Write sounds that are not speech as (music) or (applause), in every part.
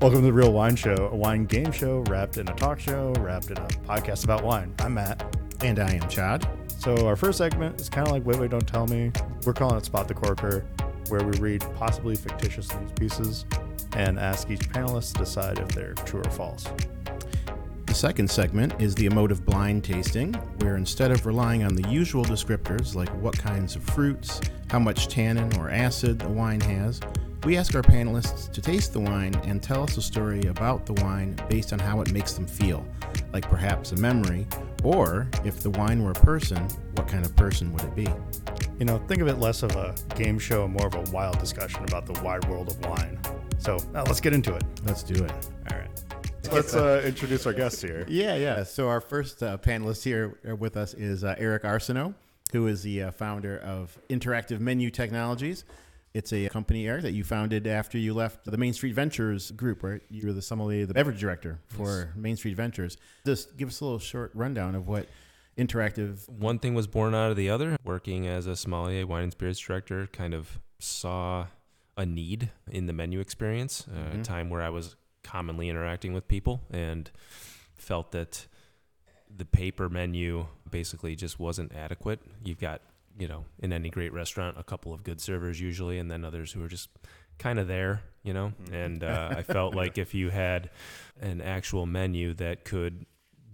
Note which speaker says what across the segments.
Speaker 1: Welcome to the Real Wine Show, a wine game show wrapped in a talk show, wrapped in a podcast about wine. I'm Matt.
Speaker 2: And I am Chad.
Speaker 1: So our first segment is kind of like Wait, Wait, Don't Tell Me. We're calling it Spot the Corker, where we read possibly fictitious news pieces and ask each panelist to decide if they're true or false.
Speaker 2: The second segment is the emotive blind tasting, where instead of relying on the usual descriptors like what kinds of fruits, how much tannin or acid the wine has, we ask our panelists to taste the wine and tell us a story about the wine based on how it makes them feel, like perhaps a memory, or if the wine were a person, what kind of person would it be?
Speaker 1: You know, think of it less of a game show and more of a wild discussion about the wide world of wine. So uh, let's get into it.
Speaker 2: Let's do it.
Speaker 1: All right. Let's uh, introduce our guests here.
Speaker 2: Yeah, yeah. So our first uh, panelist here with us is uh, Eric Arsenault, who is the uh, founder of Interactive Menu Technologies. It's a company, Eric, that you founded after you left the Main Street Ventures group, right? You were the sommelier, the beverage director for Main Street Ventures. Just give us a little short rundown of what Interactive.
Speaker 3: one thing was born out of the other. Working as a sommelier, wine and spirits director, kind of saw a need in the menu experience, uh, a time where I was commonly interacting with people and felt that the paper menu basically just wasn't adequate. You've got, you know, in any great restaurant, a couple of good servers usually, and then others who are just kind of there, you know. And uh, I felt like if you had an actual menu that could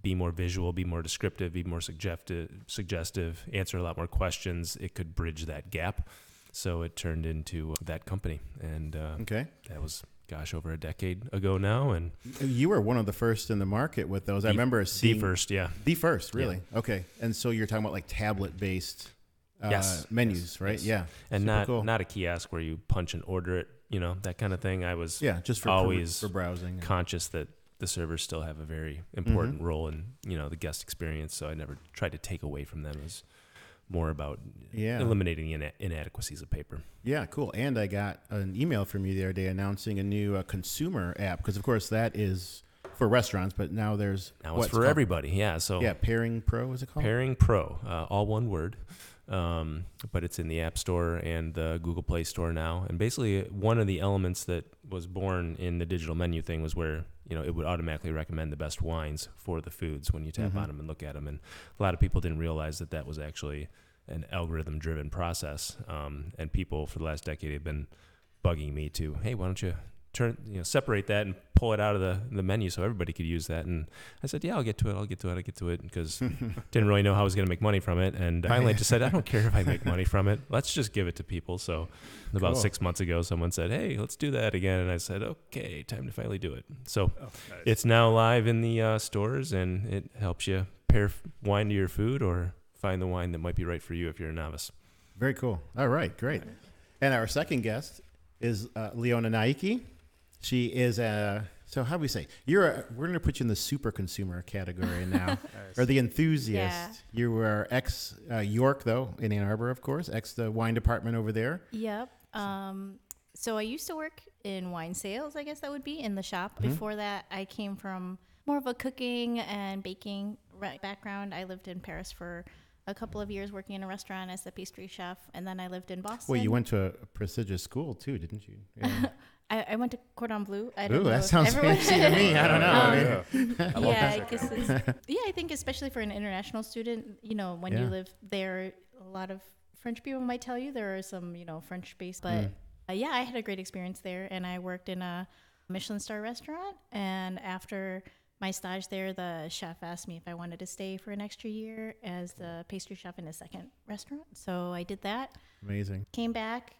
Speaker 3: be more visual, be more descriptive, be more suggestive, suggestive, answer a lot more questions, it could bridge that gap. So it turned into that company, and uh,
Speaker 2: Okay.
Speaker 3: that was gosh over a decade ago now, and
Speaker 2: You were one of the first in the market with those. I remember seeing
Speaker 3: the first, yeah,
Speaker 2: The first, really. Okay. And so you're talking about like tablet based uh,
Speaker 3: Yes.
Speaker 2: menus, right? Yeah.
Speaker 3: and
Speaker 2: Super
Speaker 3: not
Speaker 2: cool.
Speaker 3: not a kiosk where you punch and order it, you know, that kind of thing. I was
Speaker 2: yeah, just for
Speaker 3: always
Speaker 2: for browsing.
Speaker 3: conscious that the servers still have a very
Speaker 2: Mm-hmm.
Speaker 3: important role in you know the guest experience, so I never tried to take away from them. It was more about
Speaker 2: Yeah.
Speaker 3: eliminating ina- inadequacies of paper.
Speaker 2: Yeah, cool. And I got an email from you the other day announcing a new uh, consumer app because, of course, that is for restaurants, but now there's
Speaker 3: Now
Speaker 2: what's
Speaker 3: it's for
Speaker 2: called-
Speaker 3: everybody. Yeah. So
Speaker 2: Yeah, Pairing Pro is it called?
Speaker 3: Pairing Pro, uh, all one word, um, but it's in the App Store and the Google Play Store now. And basically, one of the elements that was born in the digital menu thing was where you know it would automatically recommend the best wines for the foods when you tap on them and look at them. And a lot of people didn't realize that that was actually an algorithm-driven process. Um, and people for the last decade have been bugging me to, hey, why don't you turn, you know, separate that and pull it out of the, the menu so everybody could use that. And I said, yeah, I'll get to it. I'll get to it. I'll get to it because didn't really know how I was going to make money from it. And finally, I just said, I don't care if I make money from it. Let's just give it to people. So about
Speaker 2: Cool.
Speaker 3: six months ago, someone said, hey, let's do that again. And I said, okay, time to finally do it. So it's now live in the uh, stores and it helps you pair f- wine to your food or find the wine that might be right for you if you're a novice.
Speaker 2: Very cool. All right, great. And our second guest is uh, Leona Naiki. She is a so how do we say you're a, we're going to put you in the super consumer category now or the enthusiast.
Speaker 4: Yeah.
Speaker 2: You were ex uh, York though in Ann Arbor, of course, ex the wine department over there.
Speaker 4: Yep. Um, so I used to work in wine sales, I guess that would be in the shop.
Speaker 2: Mm-hmm.
Speaker 4: Before that, I came from more of a cooking and baking re- background. I lived in Paris for a couple of years working in a restaurant as the pastry chef, and then I lived in Boston.
Speaker 2: Well, you went to a prestigious school too, didn't you? Yeah.
Speaker 4: I, I went to Cordon Bleu. I don't
Speaker 2: Ooh,
Speaker 4: know
Speaker 2: that
Speaker 4: if
Speaker 2: sounds
Speaker 4: everyone- (laughs)
Speaker 2: fancy to me. I don't know. I mean,
Speaker 4: yeah, I guess it's, yeah, I think especially for an international student, you know, when you
Speaker 2: Yeah.
Speaker 4: live there, a lot of French people might tell you there are some, you know, French based, but uh, yeah, I had a great experience there, and I worked in a Michelin star restaurant, and after my stage there, the chef asked me if I wanted to stay for an extra year as the pastry chef in a second restaurant, so I did that
Speaker 2: Amazing.
Speaker 4: came back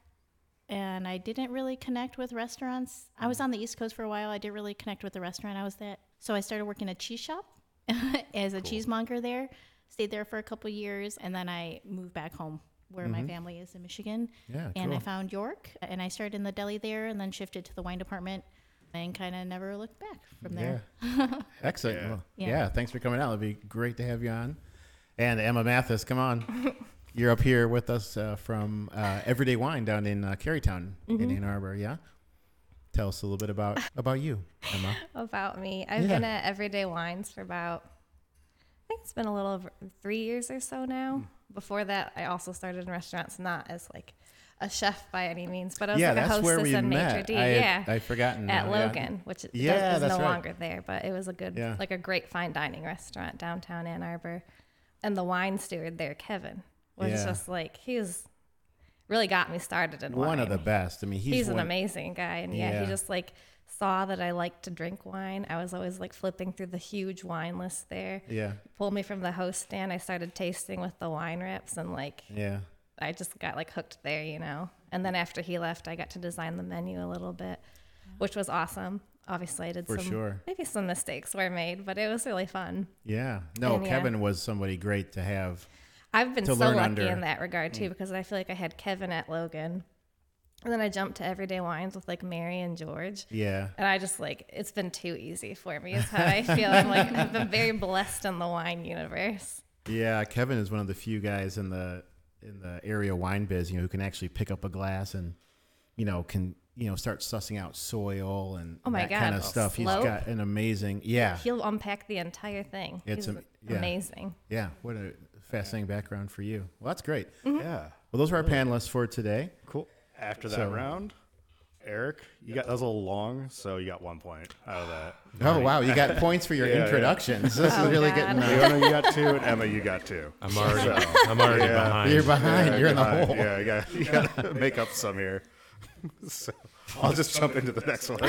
Speaker 4: and I didn't really connect with restaurants. I
Speaker 1: Mm.
Speaker 4: was on the East Coast for a while. I didn't really connect with the restaurant I was at. So I started working at a cheese shop (laughs) as a cheesemonger there. Stayed there for a couple years and then I moved back home where
Speaker 1: Mm-hmm.
Speaker 4: my family is in Michigan.
Speaker 2: Yeah,
Speaker 4: and I
Speaker 2: cool.
Speaker 4: found York and I started in the deli there and then shifted to the wine department and kind of never looked back from there.
Speaker 2: Yeah.
Speaker 5: (laughs)
Speaker 2: Excellent. Well, Yeah.
Speaker 4: Yeah.
Speaker 2: Thanks for coming out. It'd be great to have you on. And Emma Mathis, come
Speaker 5: (laughs)
Speaker 2: on. You're up here with us uh, from uh, Everyday Wine down in uh, Carytown in
Speaker 5: Mm-hmm.
Speaker 2: Ann Arbor. Yeah. Tell us a little bit about about you, Emma.
Speaker 5: about me. I've
Speaker 2: Yeah.
Speaker 5: been at Everyday Wines for about, I think it's been a
Speaker 2: Hmm.
Speaker 5: little over three years or so now. Before that, I also started in restaurants, not as like a chef by any means, but (laughs) I was
Speaker 2: yeah,
Speaker 5: like a
Speaker 2: that's where
Speaker 5: hostess
Speaker 2: we
Speaker 5: and maitre
Speaker 2: met.
Speaker 5: d'.
Speaker 2: I had,
Speaker 5: yeah,
Speaker 2: I'd forgotten.
Speaker 5: at
Speaker 2: now, yeah.
Speaker 5: Logan, which is
Speaker 2: Yeah,
Speaker 5: is
Speaker 2: that's
Speaker 5: no
Speaker 2: right.
Speaker 5: longer there, but it was a good,
Speaker 2: Yeah.
Speaker 5: like a great fine dining restaurant downtown Ann Arbor. And the wine steward there, Kevin, was
Speaker 2: Yeah.
Speaker 5: just like he's really got me started in
Speaker 2: One
Speaker 5: wine.
Speaker 2: of the best. I mean, he's,
Speaker 5: He's, an
Speaker 2: one-
Speaker 5: amazing guy, and yeah,
Speaker 2: Yeah.
Speaker 5: he just like saw that I liked to drink wine. I was always like flipping through the huge wine list there.
Speaker 2: Yeah,
Speaker 5: Pulled me from the host stand. I started tasting with the wine reps, and like
Speaker 2: yeah.
Speaker 5: I just got like hooked there, you know. And then after he left, I got to design the menu a little bit, which was awesome. Obviously, I did
Speaker 2: For
Speaker 5: some
Speaker 2: sure.
Speaker 5: maybe some mistakes were made, but it was really fun.
Speaker 2: Yeah. No,
Speaker 5: And, yeah.
Speaker 2: Kevin was somebody great to have.
Speaker 5: I've been
Speaker 2: To
Speaker 5: so
Speaker 2: learn
Speaker 5: lucky
Speaker 2: under. Mm.
Speaker 5: in that regard too, because I feel like I had Kevin at Logan, and then I jumped to Everyday Wines with like Mary and George.
Speaker 2: Yeah.
Speaker 5: And I just like it's been too easy for me is how I feel. I'm like I've been very blessed in the wine universe.
Speaker 2: Yeah, Kevin is one of the few guys in the in the area wine biz, you know, who can actually pick up a glass and you know can you know start sussing out soil and
Speaker 5: Oh my
Speaker 2: that
Speaker 5: God,
Speaker 2: kind of stuff. He's
Speaker 5: slope.
Speaker 2: got an amazing, yeah,
Speaker 5: He'll unpack the entire thing.
Speaker 2: It's
Speaker 5: He's
Speaker 2: am- yeah.
Speaker 5: amazing.
Speaker 2: yeah. What a fascinating background for you. Well, that's great.
Speaker 5: Mm-hmm.
Speaker 1: Yeah.
Speaker 2: Well, those are our panelists for today.
Speaker 1: Cool. After that
Speaker 2: So-
Speaker 1: round, Eric, you got that was a little long, so you got one point out of that.
Speaker 2: Oh wow,
Speaker 1: (laughs)
Speaker 2: you got points for your
Speaker 1: Yeah, yeah.
Speaker 2: introductions. This
Speaker 5: Oh,
Speaker 2: is really
Speaker 5: God.
Speaker 2: getting. Uh,
Speaker 1: Leona, you got two, and Emma, you got two.
Speaker 3: I'm already, (laughs) I'm already
Speaker 1: Yeah.
Speaker 3: behind.
Speaker 2: you're behind. you're in the
Speaker 1: Uh, (laughs)
Speaker 2: hole.
Speaker 1: Yeah, you got, you got to (laughs) make up some here. So I'll just jump into the next one.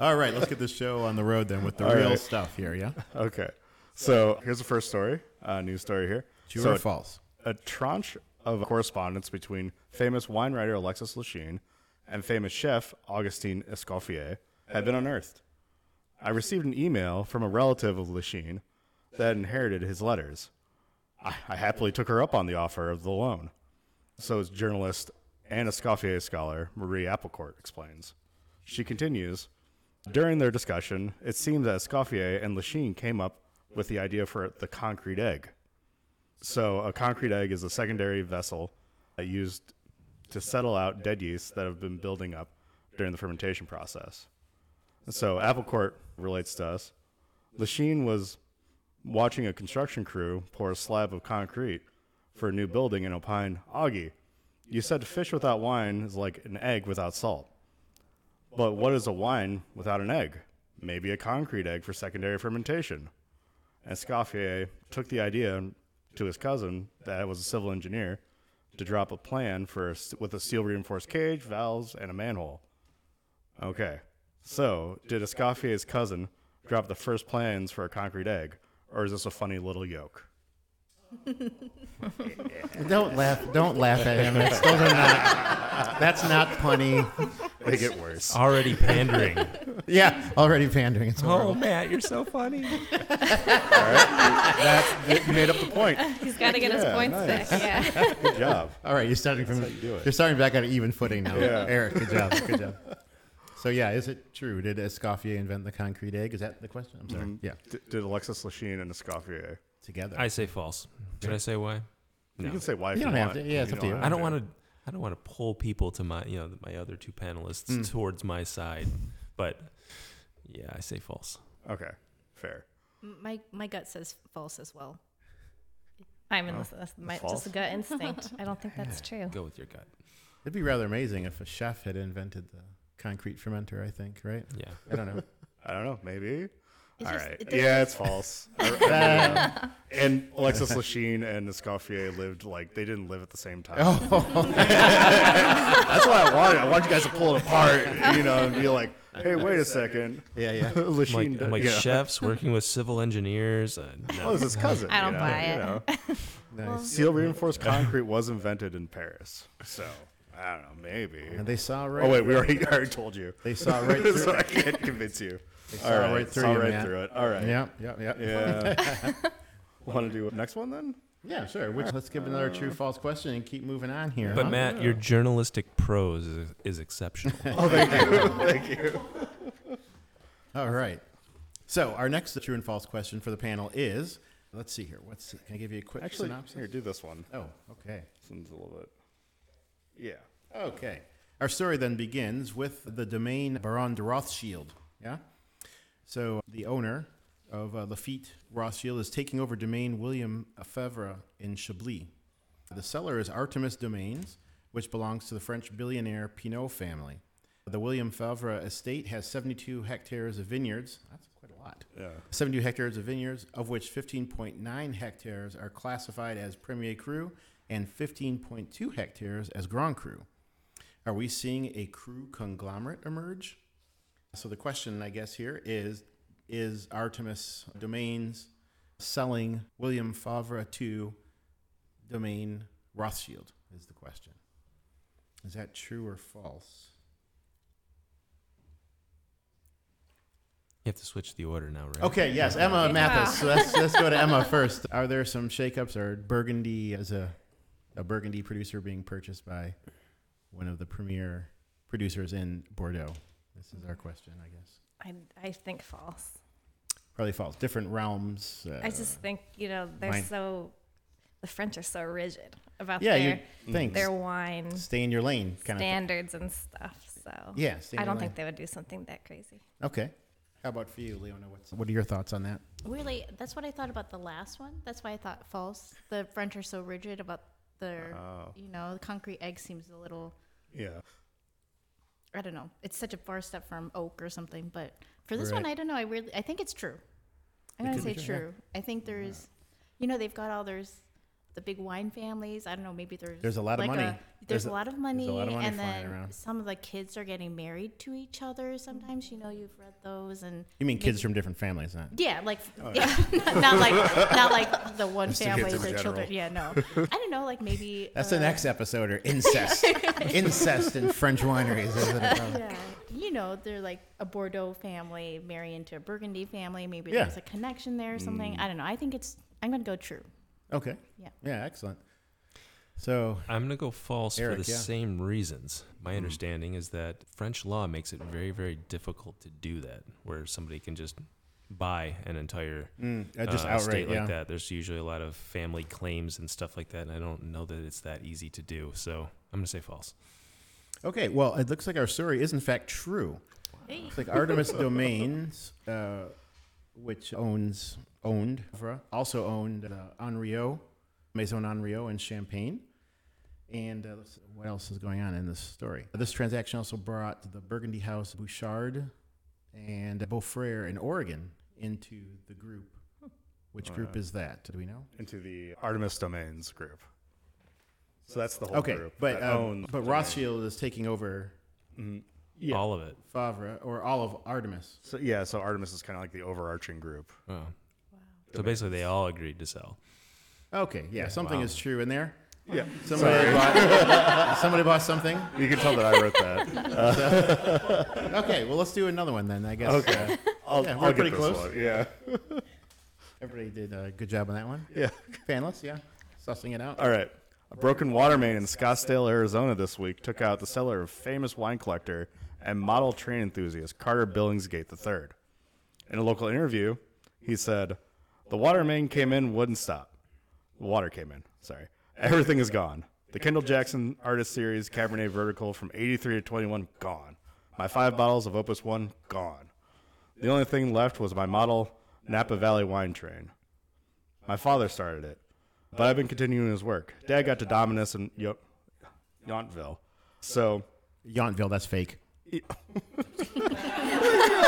Speaker 2: All right, let's get this show on the road then with the
Speaker 1: All
Speaker 2: real
Speaker 1: right.
Speaker 2: stuff here. Yeah,
Speaker 1: Okay. So here's the first story, uh, news story here.
Speaker 2: true
Speaker 1: so
Speaker 2: or false?
Speaker 1: a tranche of correspondence between famous wine writer Alexis Lachine and famous chef Augustine Escoffier had been unearthed. I received an email from a relative of Lachine that inherited his letters. I, I happily took her up on the offer of the loan. So is journalist and Escoffier scholar Marie Applecourt explains. She continues, during their discussion, it seems that Escoffier and Lachine came up with the idea for the concrete egg. So a concrete egg is a secondary vessel that used to settle out dead yeast that have been building up during the fermentation process. So Applecourt relates to us. Lachine was watching a construction crew pour a slab of concrete for a new building and opine, Augie, you said fish without wine is like an egg without salt. But what is a wine without an egg? Maybe a concrete egg for secondary fermentation. Escoffier took the idea to his cousin, that was a civil engineer, to drop a plan for a s with a steel reinforced cage, valves, and a manhole. Okay, so did Escoffier's cousin drop the first plans for a concrete egg, or is this a funny little joke?
Speaker 2: Don't laugh. Don't laugh at him. That's, those are not. That's not punny.
Speaker 1: They get worse.
Speaker 3: (laughs) already pandering.
Speaker 2: Yeah, already pandering. It's horrible.
Speaker 3: oh, Matt, you're so funny.
Speaker 1: That's you made up the point.
Speaker 5: He's got to get his
Speaker 1: Yeah,
Speaker 5: points
Speaker 1: nice.
Speaker 5: back. Yeah.
Speaker 1: Good job.
Speaker 2: All right, you're starting from
Speaker 1: how you do it.
Speaker 2: are starting back on an even footing now.
Speaker 1: Yeah.
Speaker 2: Eric, good job. Good (laughs) job. So yeah, is it true? Did Escoffier invent the concrete egg? Is that the question? I'm sorry. Yeah,
Speaker 1: D- did Alexis Lachine and Escoffier?
Speaker 2: together.
Speaker 3: I say false. Should I say why?
Speaker 1: You can say why. if
Speaker 2: You don't have
Speaker 1: want.
Speaker 2: to. Yeah, it's up to you.
Speaker 1: have
Speaker 3: I don't want to. I don't want to pull people to my, you know, my other two panelists towards my side, but yeah, I say false.
Speaker 1: Okay, fair.
Speaker 4: M- My my gut says false as well.
Speaker 5: I'm in
Speaker 2: Oh,
Speaker 5: this, that's my,
Speaker 1: false.
Speaker 5: just gut instinct. I don't think that's true.
Speaker 3: Go with your gut.
Speaker 2: It'd be rather amazing if a chef had invented the concrete fermenter. I think, right?
Speaker 3: Yeah.
Speaker 2: I don't know.
Speaker 1: I don't know. Maybe.
Speaker 4: It's
Speaker 1: All
Speaker 4: just-
Speaker 1: right.
Speaker 4: it doesn't-
Speaker 1: yeah, it's false. I- I mean, uh, and Alexis Lachine and Escoffier lived like they didn't live at the same time.
Speaker 2: Oh.
Speaker 1: (laughs) That's why I wanted. I want you guys to pull it apart, you know, and be like, "Hey, wait a second,
Speaker 2: (laughs)
Speaker 1: (laughs)
Speaker 2: yeah, yeah.
Speaker 3: I'm like,
Speaker 1: Lachine."
Speaker 3: I'm like
Speaker 1: yeah.
Speaker 3: chefs working with civil engineers. Uh,
Speaker 1: Oh,
Speaker 3: no.
Speaker 1: it's his cousin.
Speaker 5: I don't
Speaker 1: you know,
Speaker 5: buy
Speaker 1: you
Speaker 5: it.
Speaker 1: know.
Speaker 2: (laughs) Nice.
Speaker 1: Steel reinforced concrete was invented in Paris, so I don't know. Maybe.
Speaker 2: And they saw right.
Speaker 1: Oh wait, we already, I already told you.
Speaker 2: They saw right through.
Speaker 1: (laughs) so I can't convince you.
Speaker 2: saw right through
Speaker 1: saw
Speaker 2: you,
Speaker 1: right
Speaker 2: Matt.
Speaker 1: through it. All right.
Speaker 2: (laughs) Yeah, yeah, yeah,
Speaker 1: Yeah. (laughs) Want to do next one then?
Speaker 2: Yeah, sure. Which, let's give another true/false question and keep moving on here.
Speaker 3: But
Speaker 2: huh?
Speaker 3: Matt, your journalistic prose is, is exceptional.
Speaker 2: All right. So our next true and false question for the panel is, let's see here. What's can I give you a quick
Speaker 1: Actually,
Speaker 2: synopsis?
Speaker 1: here, do this one.
Speaker 2: Oh, okay.
Speaker 1: This one's a little bit. Yeah.
Speaker 2: Okay. Our story then begins with the domain Baron de Rothschild. Yeah. So the owner of uh, Lafitte Rothschild is taking over domain William Efevre in Chablis. The seller is Artemis Domains, which belongs to the French billionaire Pinot family. The William Favre estate has 72 hectares of vineyards. That's quite a lot.
Speaker 1: Yeah.
Speaker 2: 72 hectares of vineyards, of which 15.9 hectares are classified as Premier Cru and 15.2 hectares as Grand Cru. Are we seeing a Cru conglomerate emerge? So the question, I guess, here is is Artemis Domains selling William Favre to Domain Rothschild? Is the question. Is that true or false?
Speaker 3: You have to switch the order now, right?
Speaker 2: Okay, yes, Emma Mathis. So let's, let's go to Emma first. (laughs) Are there some shakeups or Burgundy as a a Burgundy producer being purchased by one of the premier producers in Bordeaux? This is our question, I guess.
Speaker 5: I, I think false.
Speaker 2: Probably false. Different realms. Uh,
Speaker 5: I just think you know they're
Speaker 2: mine-
Speaker 5: so the French are so rigid about
Speaker 2: yeah,
Speaker 5: their
Speaker 2: you think
Speaker 5: their wine
Speaker 2: stay in your lane, kind
Speaker 5: standards and stuff. So
Speaker 2: of. Thing. Yeah, stay in
Speaker 5: I
Speaker 2: your
Speaker 5: don't
Speaker 2: lane.
Speaker 5: think they would do something that crazy.
Speaker 2: Okay. How about for you, Leona? What's what are your thoughts on that?
Speaker 4: Weirdly, that's what I thought about the last one. That's why I thought false. The French are so rigid about their,
Speaker 2: Uh-huh.
Speaker 1: Oh.
Speaker 4: you know, the concrete egg seems a little,
Speaker 1: Yeah.
Speaker 4: I don't know. It's such a far step from oak or something. But for this one,
Speaker 2: Right.
Speaker 4: I don't know. I really, I think it's true. I'm
Speaker 2: It
Speaker 4: gonna
Speaker 2: could
Speaker 4: say
Speaker 2: be
Speaker 4: true.
Speaker 2: true, yeah.
Speaker 4: I think there's, you know, they've got all there's the big wine families. I don't know. Maybe there's
Speaker 2: There's a lot of money.
Speaker 4: there's,
Speaker 2: There's a-
Speaker 4: a, lot of
Speaker 2: a
Speaker 4: money,
Speaker 2: lot of money
Speaker 4: and
Speaker 2: flying
Speaker 4: then
Speaker 2: around.
Speaker 4: some of the kids are getting married to each other. Sometimes, you know, you've read those and.
Speaker 2: You mean kids from different families, not?
Speaker 4: Yeah, like
Speaker 2: Oh,
Speaker 4: yeah, (laughs) not like not
Speaker 2: (laughs)
Speaker 4: like the one
Speaker 1: the kids
Speaker 4: family,
Speaker 1: in
Speaker 4: the
Speaker 1: general.
Speaker 4: children. Yeah, no, I don't know. Like maybe
Speaker 2: That's
Speaker 4: uh,
Speaker 2: the next episode, or
Speaker 5: (laughs)
Speaker 2: incest, incest in French wineries. Is it about?
Speaker 4: Yeah, you know, they're like a Bordeaux family marry into a Burgundy family. Maybe
Speaker 2: Yeah. Mm.
Speaker 4: there's a connection there or something. I don't know. I think it's. I'm gonna go true.
Speaker 2: Okay.
Speaker 4: Yeah.
Speaker 2: Yeah, excellent. So,
Speaker 3: I'm going to go false
Speaker 2: Eric,
Speaker 3: for the
Speaker 2: yeah.
Speaker 3: same reasons. My understanding is that French law makes it very, very difficult to do that, where somebody can just buy an entire
Speaker 2: uh, just
Speaker 3: uh,
Speaker 2: outright,
Speaker 3: state like
Speaker 2: yeah.
Speaker 3: that. There's usually a lot of family claims and stuff like that, and I don't know that it's that easy to do. So I'm going to say false.
Speaker 2: Okay, well, it looks like our story is in fact true. It's like Artemis Domains, uh, which owns owned also owned uh, Henriot, Maison Henriot in Champagne. And uh, let's see, what else is going on in this story? This transaction also brought the Burgundy House Bouchard and Beaufrere in Oregon into the group. Which group is that? Do we know?
Speaker 1: Into the Artemis Domains group. So that's the whole
Speaker 2: Okay,
Speaker 1: group.
Speaker 2: but
Speaker 1: that
Speaker 2: um,
Speaker 1: owns
Speaker 2: but
Speaker 1: Domain.
Speaker 2: Rothschild is taking over Yeah.
Speaker 3: All of it.
Speaker 2: Favre or all of Artemis.
Speaker 1: So, yeah, so Artemis is kind of like the overarching group.
Speaker 3: Wow. Oh. So basically, they all agreed to sell.
Speaker 2: Okay, yeah, something
Speaker 3: wow.
Speaker 2: is true in there.
Speaker 1: Yeah.
Speaker 2: Somebody bought,
Speaker 1: (laughs)
Speaker 2: somebody bought something.
Speaker 1: You can tell that I wrote
Speaker 2: (laughs)
Speaker 1: that.
Speaker 2: Okay, well, let's do another one then. I guess uh,
Speaker 1: I'll,
Speaker 2: Yeah,
Speaker 1: I'll
Speaker 2: we're
Speaker 1: get
Speaker 2: pretty
Speaker 1: this
Speaker 2: close.
Speaker 1: one. Yeah.
Speaker 2: everybody did a good job on that one.
Speaker 1: Yeah.
Speaker 2: Fanless, yeah, sussing it out.
Speaker 1: All right. A broken water main in Scottsdale, Arizona this week took out the cellar of famous wine collector and model train enthusiast Carter Billingsgate III. In a local interview, he said, The water main came in, wouldn't stop. The water came in, sorry. Everything is gone. The Kendall Jackson Artist Series Cabernet Vertical from 83 to 21, gone. My five bottles of Opus 1, gone. The only thing left was my model Napa Valley wine train. My father started it, but I've been continuing his work. Dad got to Dominus and Yo- Yountville. So,
Speaker 2: Yountville, that's fake. (laughs)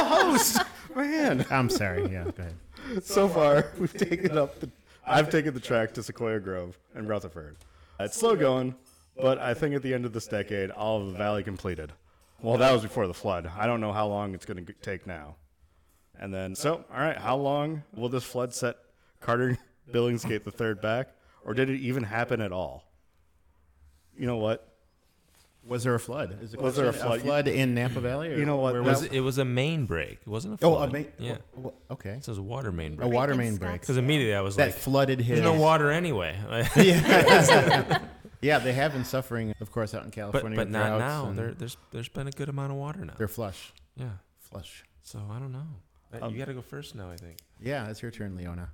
Speaker 1: host, man.
Speaker 2: I'm sorry. Yeah, go ahead.
Speaker 1: So far, (laughs) we've taken up the. I've taken the track to Sequoia Grove and Rutherford. It's slow going, but I think at the end of this decade, all of the valley completed. Well, that was before the flood. I don't know how long it's going to take now. And then, so, all right, how long will this flood set Carter (laughs) Billingsgate the third back, or did it even happen at all? You know what?
Speaker 2: Was there a flood? Is it
Speaker 1: Was there a flood?
Speaker 2: in Napa Valley? Or
Speaker 1: You know what?
Speaker 2: where
Speaker 1: That-
Speaker 2: was
Speaker 3: It was a main break. It wasn't a
Speaker 2: Oh,
Speaker 3: flood.
Speaker 2: a main.
Speaker 3: Yeah.
Speaker 2: w- Okay.
Speaker 3: It says water main
Speaker 2: A
Speaker 3: break.
Speaker 2: water
Speaker 4: in
Speaker 2: main break
Speaker 3: Because immediately I was
Speaker 2: that
Speaker 3: like,
Speaker 2: flooded his.
Speaker 3: there's no water anyway. (laughs)
Speaker 2: Yeah, they have been suffering, of course, out in California.
Speaker 3: but but
Speaker 2: with
Speaker 3: not
Speaker 2: droughts
Speaker 3: now.
Speaker 2: and
Speaker 3: There, there's there's been a good amount of water now.
Speaker 2: they're flush.
Speaker 3: Yeah.
Speaker 2: Flush.
Speaker 3: So I don't know. Uh,
Speaker 2: Um,
Speaker 3: you got to go first now. I think.
Speaker 2: Yeah, it's your turn, Leona.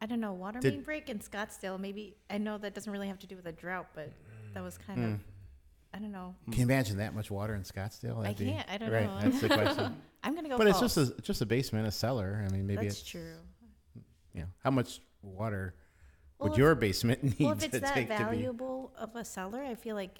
Speaker 4: I don't know. Water
Speaker 2: Did-
Speaker 4: main break in Scottsdale. Maybe I know that doesn't really have to do with a drought, but that was kind
Speaker 2: Hmm.
Speaker 4: of. I don't know.
Speaker 1: Hmm.
Speaker 2: Can you imagine that much water in Scottsdale?
Speaker 4: I
Speaker 2: That'd be-
Speaker 4: can't. I don't
Speaker 2: right,
Speaker 4: know.
Speaker 2: That's the question.
Speaker 4: (laughs) I'm gonna go.
Speaker 2: but it's
Speaker 4: false.
Speaker 2: just a just a basement, a cellar. I mean, maybe
Speaker 4: That's
Speaker 2: it's
Speaker 4: true.
Speaker 2: you know how much water
Speaker 4: Well,
Speaker 2: would
Speaker 4: if-
Speaker 2: your basement (laughs) need
Speaker 4: Well, if
Speaker 2: to
Speaker 4: it's that
Speaker 2: take to be?
Speaker 4: valuable, of a seller, I feel like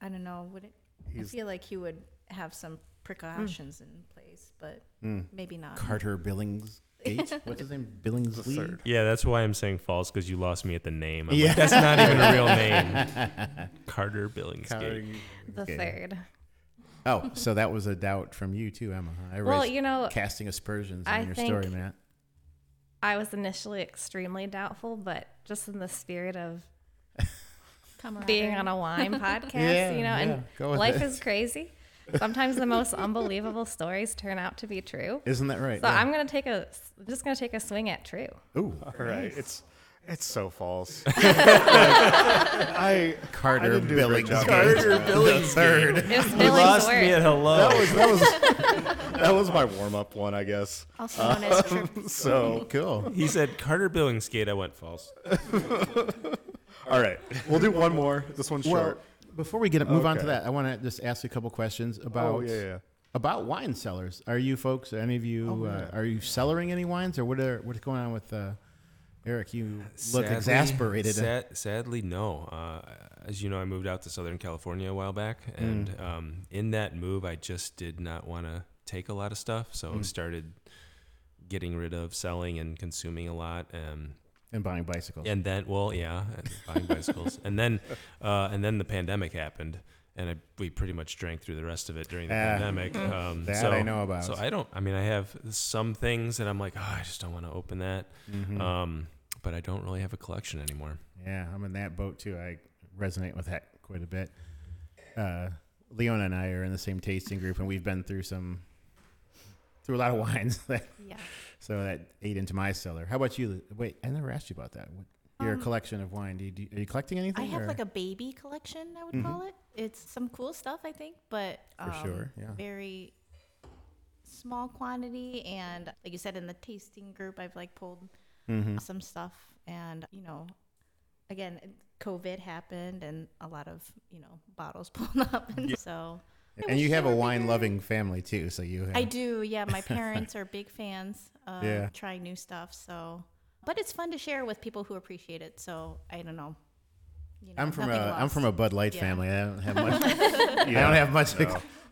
Speaker 4: I don't know. Would it?
Speaker 1: He's-
Speaker 4: I feel like he would have some precautions in place, but
Speaker 2: Hmm.
Speaker 4: maybe not.
Speaker 2: Carter Billings
Speaker 4: (laughs)
Speaker 2: Gate. What's his name? Billings Lee.
Speaker 1: third.
Speaker 3: Yeah, that's why I'm saying false because you lost me at the name. I'm
Speaker 2: Yeah.
Speaker 3: like, that's not even a real name.
Speaker 2: (laughs)
Speaker 3: Carter Billingsgate.
Speaker 5: The
Speaker 2: Okay.
Speaker 5: third.
Speaker 2: (laughs) Oh, so that was a doubt from you too, Emma. I
Speaker 5: Well,
Speaker 2: raised
Speaker 5: you know,
Speaker 2: casting aspersions on
Speaker 5: I
Speaker 2: your
Speaker 5: think-
Speaker 2: story, Matt.
Speaker 5: I was initially extremely doubtful, but just in the spirit of being on a wine
Speaker 2: (laughs)
Speaker 5: podcast,
Speaker 2: Yeah,
Speaker 5: you know,
Speaker 2: yeah,
Speaker 5: and
Speaker 2: go with
Speaker 5: life
Speaker 2: it.
Speaker 5: is crazy. Sometimes the most unbelievable stories turn out to be true.
Speaker 2: Isn't that right?
Speaker 5: So I'm gonna take a, I'm just gonna take a swing at
Speaker 2: (laughs)
Speaker 5: true.
Speaker 2: Ooh,
Speaker 1: All right. It's it's so false. (laughs) Like, I I
Speaker 2: Carter
Speaker 1: didn't do a great
Speaker 2: Billings
Speaker 1: job.
Speaker 2: Gate.
Speaker 3: Third.
Speaker 5: It's
Speaker 3: You
Speaker 5: Billings
Speaker 3: lost me
Speaker 5: word.
Speaker 3: at hello.
Speaker 1: That was that was that was my warm up one, I guess. Uh,
Speaker 4: also known as trip.
Speaker 1: (laughs) So
Speaker 2: Cool.
Speaker 3: he said Carter Billingsgate. I went false.
Speaker 1: all right, we'll do one more. This one's
Speaker 2: Well,
Speaker 1: short.
Speaker 2: before we get move on to
Speaker 1: Okay.
Speaker 2: that, I want to just ask a couple questions about
Speaker 1: Oh yeah, yeah.
Speaker 2: about wine cellars. Are you folks, any of
Speaker 4: Oh,
Speaker 2: you, uh, are you cellaring any wines, or what are what's going on with uh, Eric? You look
Speaker 3: Sadly-
Speaker 2: exasperated.
Speaker 3: sad- sadly, no. Uh, as you know, I moved out to Southern California a while back,
Speaker 2: Hmm.
Speaker 3: and um, in that move, I just did not want to take a lot of stuff, so
Speaker 2: Hmm.
Speaker 3: I started getting rid of selling and consuming a lot. Um,
Speaker 2: and buying bicycles.
Speaker 3: and then, well, yeah, and buying bicycles, and then, uh, and then the pandemic happened, and I, we pretty much drank through the rest of it during the
Speaker 2: Ah,
Speaker 3: pandemic. Um,
Speaker 2: that
Speaker 3: so,
Speaker 2: I know about.
Speaker 3: So I don't. I mean, I have some things that I'm like, oh, I just don't want to open that.
Speaker 2: Mm-hmm.
Speaker 3: Um, but I don't really have a collection anymore.
Speaker 2: Yeah, I'm in that boat too. I resonate with that quite a bit. Uh, Leona and I are in the same tasting group, and we've been through some through a lot of (laughs) wines. that-
Speaker 4: Yeah.
Speaker 2: so that ate into my cellar. How about you? Wait, I never asked you about that. What, your collection of wine. Do you, do you- are you collecting
Speaker 4: Um, I
Speaker 2: anything?
Speaker 4: have
Speaker 2: or-
Speaker 4: like a baby collection, I
Speaker 2: Mm-hmm.
Speaker 4: would call it. It's some cool stuff, I think, but um,
Speaker 2: sure, yeah.
Speaker 4: very small quantity. And like you said, in the tasting group, I've like pulled
Speaker 2: Mm-hmm.
Speaker 4: some stuff. And, you know, again, it- COVID happened and a lot of, you know, bottles (laughs) pulled up. And so I
Speaker 2: and you
Speaker 4: wish
Speaker 2: have
Speaker 4: they
Speaker 2: a
Speaker 4: were
Speaker 2: wine
Speaker 4: bigger.
Speaker 2: loving family too, so you. Have,
Speaker 4: I do. Yeah,
Speaker 2: (laughs)
Speaker 4: my parents are big fans of
Speaker 2: Yeah.
Speaker 4: trying new stuff. So, but it's fun to share with people who appreciate it. So I don't know. You know
Speaker 2: I'm from a
Speaker 4: nothing
Speaker 2: am from a Bud Light
Speaker 4: Yeah.
Speaker 2: family. I don't (laughs) have much. I don't have much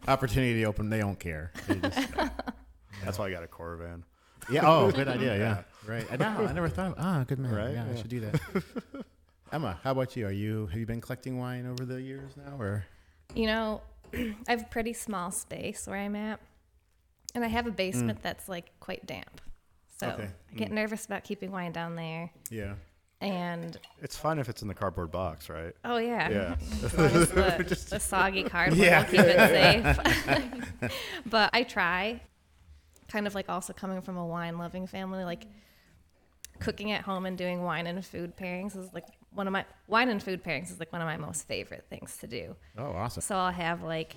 Speaker 2: opportunity to open. They don't care. They just-
Speaker 1: (laughs)
Speaker 2: (laughs)
Speaker 1: That's why I got a Corvan.
Speaker 2: Yeah. Oh, good idea. Yeah. Right. I know. I never thought of. Ah, good man.
Speaker 1: Right,
Speaker 2: Yeah, I
Speaker 1: yeah.
Speaker 2: should do that. (laughs) Emma, how about you? Are you have you been collecting wine over the years now, or
Speaker 5: You know, (clears throat) I have a pretty small space where I'm at, and I have a basement that's like quite damp. So
Speaker 2: Mm. Okay. Mm.
Speaker 5: I get nervous about keeping wine down there.
Speaker 2: yeah?
Speaker 5: And
Speaker 1: It's fine if it's in the cardboard box, right?
Speaker 5: oh yeah, (laughs)
Speaker 1: Yeah.
Speaker 5: As long as the,
Speaker 2: (laughs)
Speaker 5: the soggy cardboard
Speaker 2: Yeah.
Speaker 5: will keep it safe.
Speaker 2: (laughs)
Speaker 5: (laughs) but I try, kind of like also coming from a wine loving family, like cooking at home and doing wine and food pairings is like one of my wine and food pairings is like one of my most favorite things to do.
Speaker 2: Oh, awesome.
Speaker 5: So I'll have like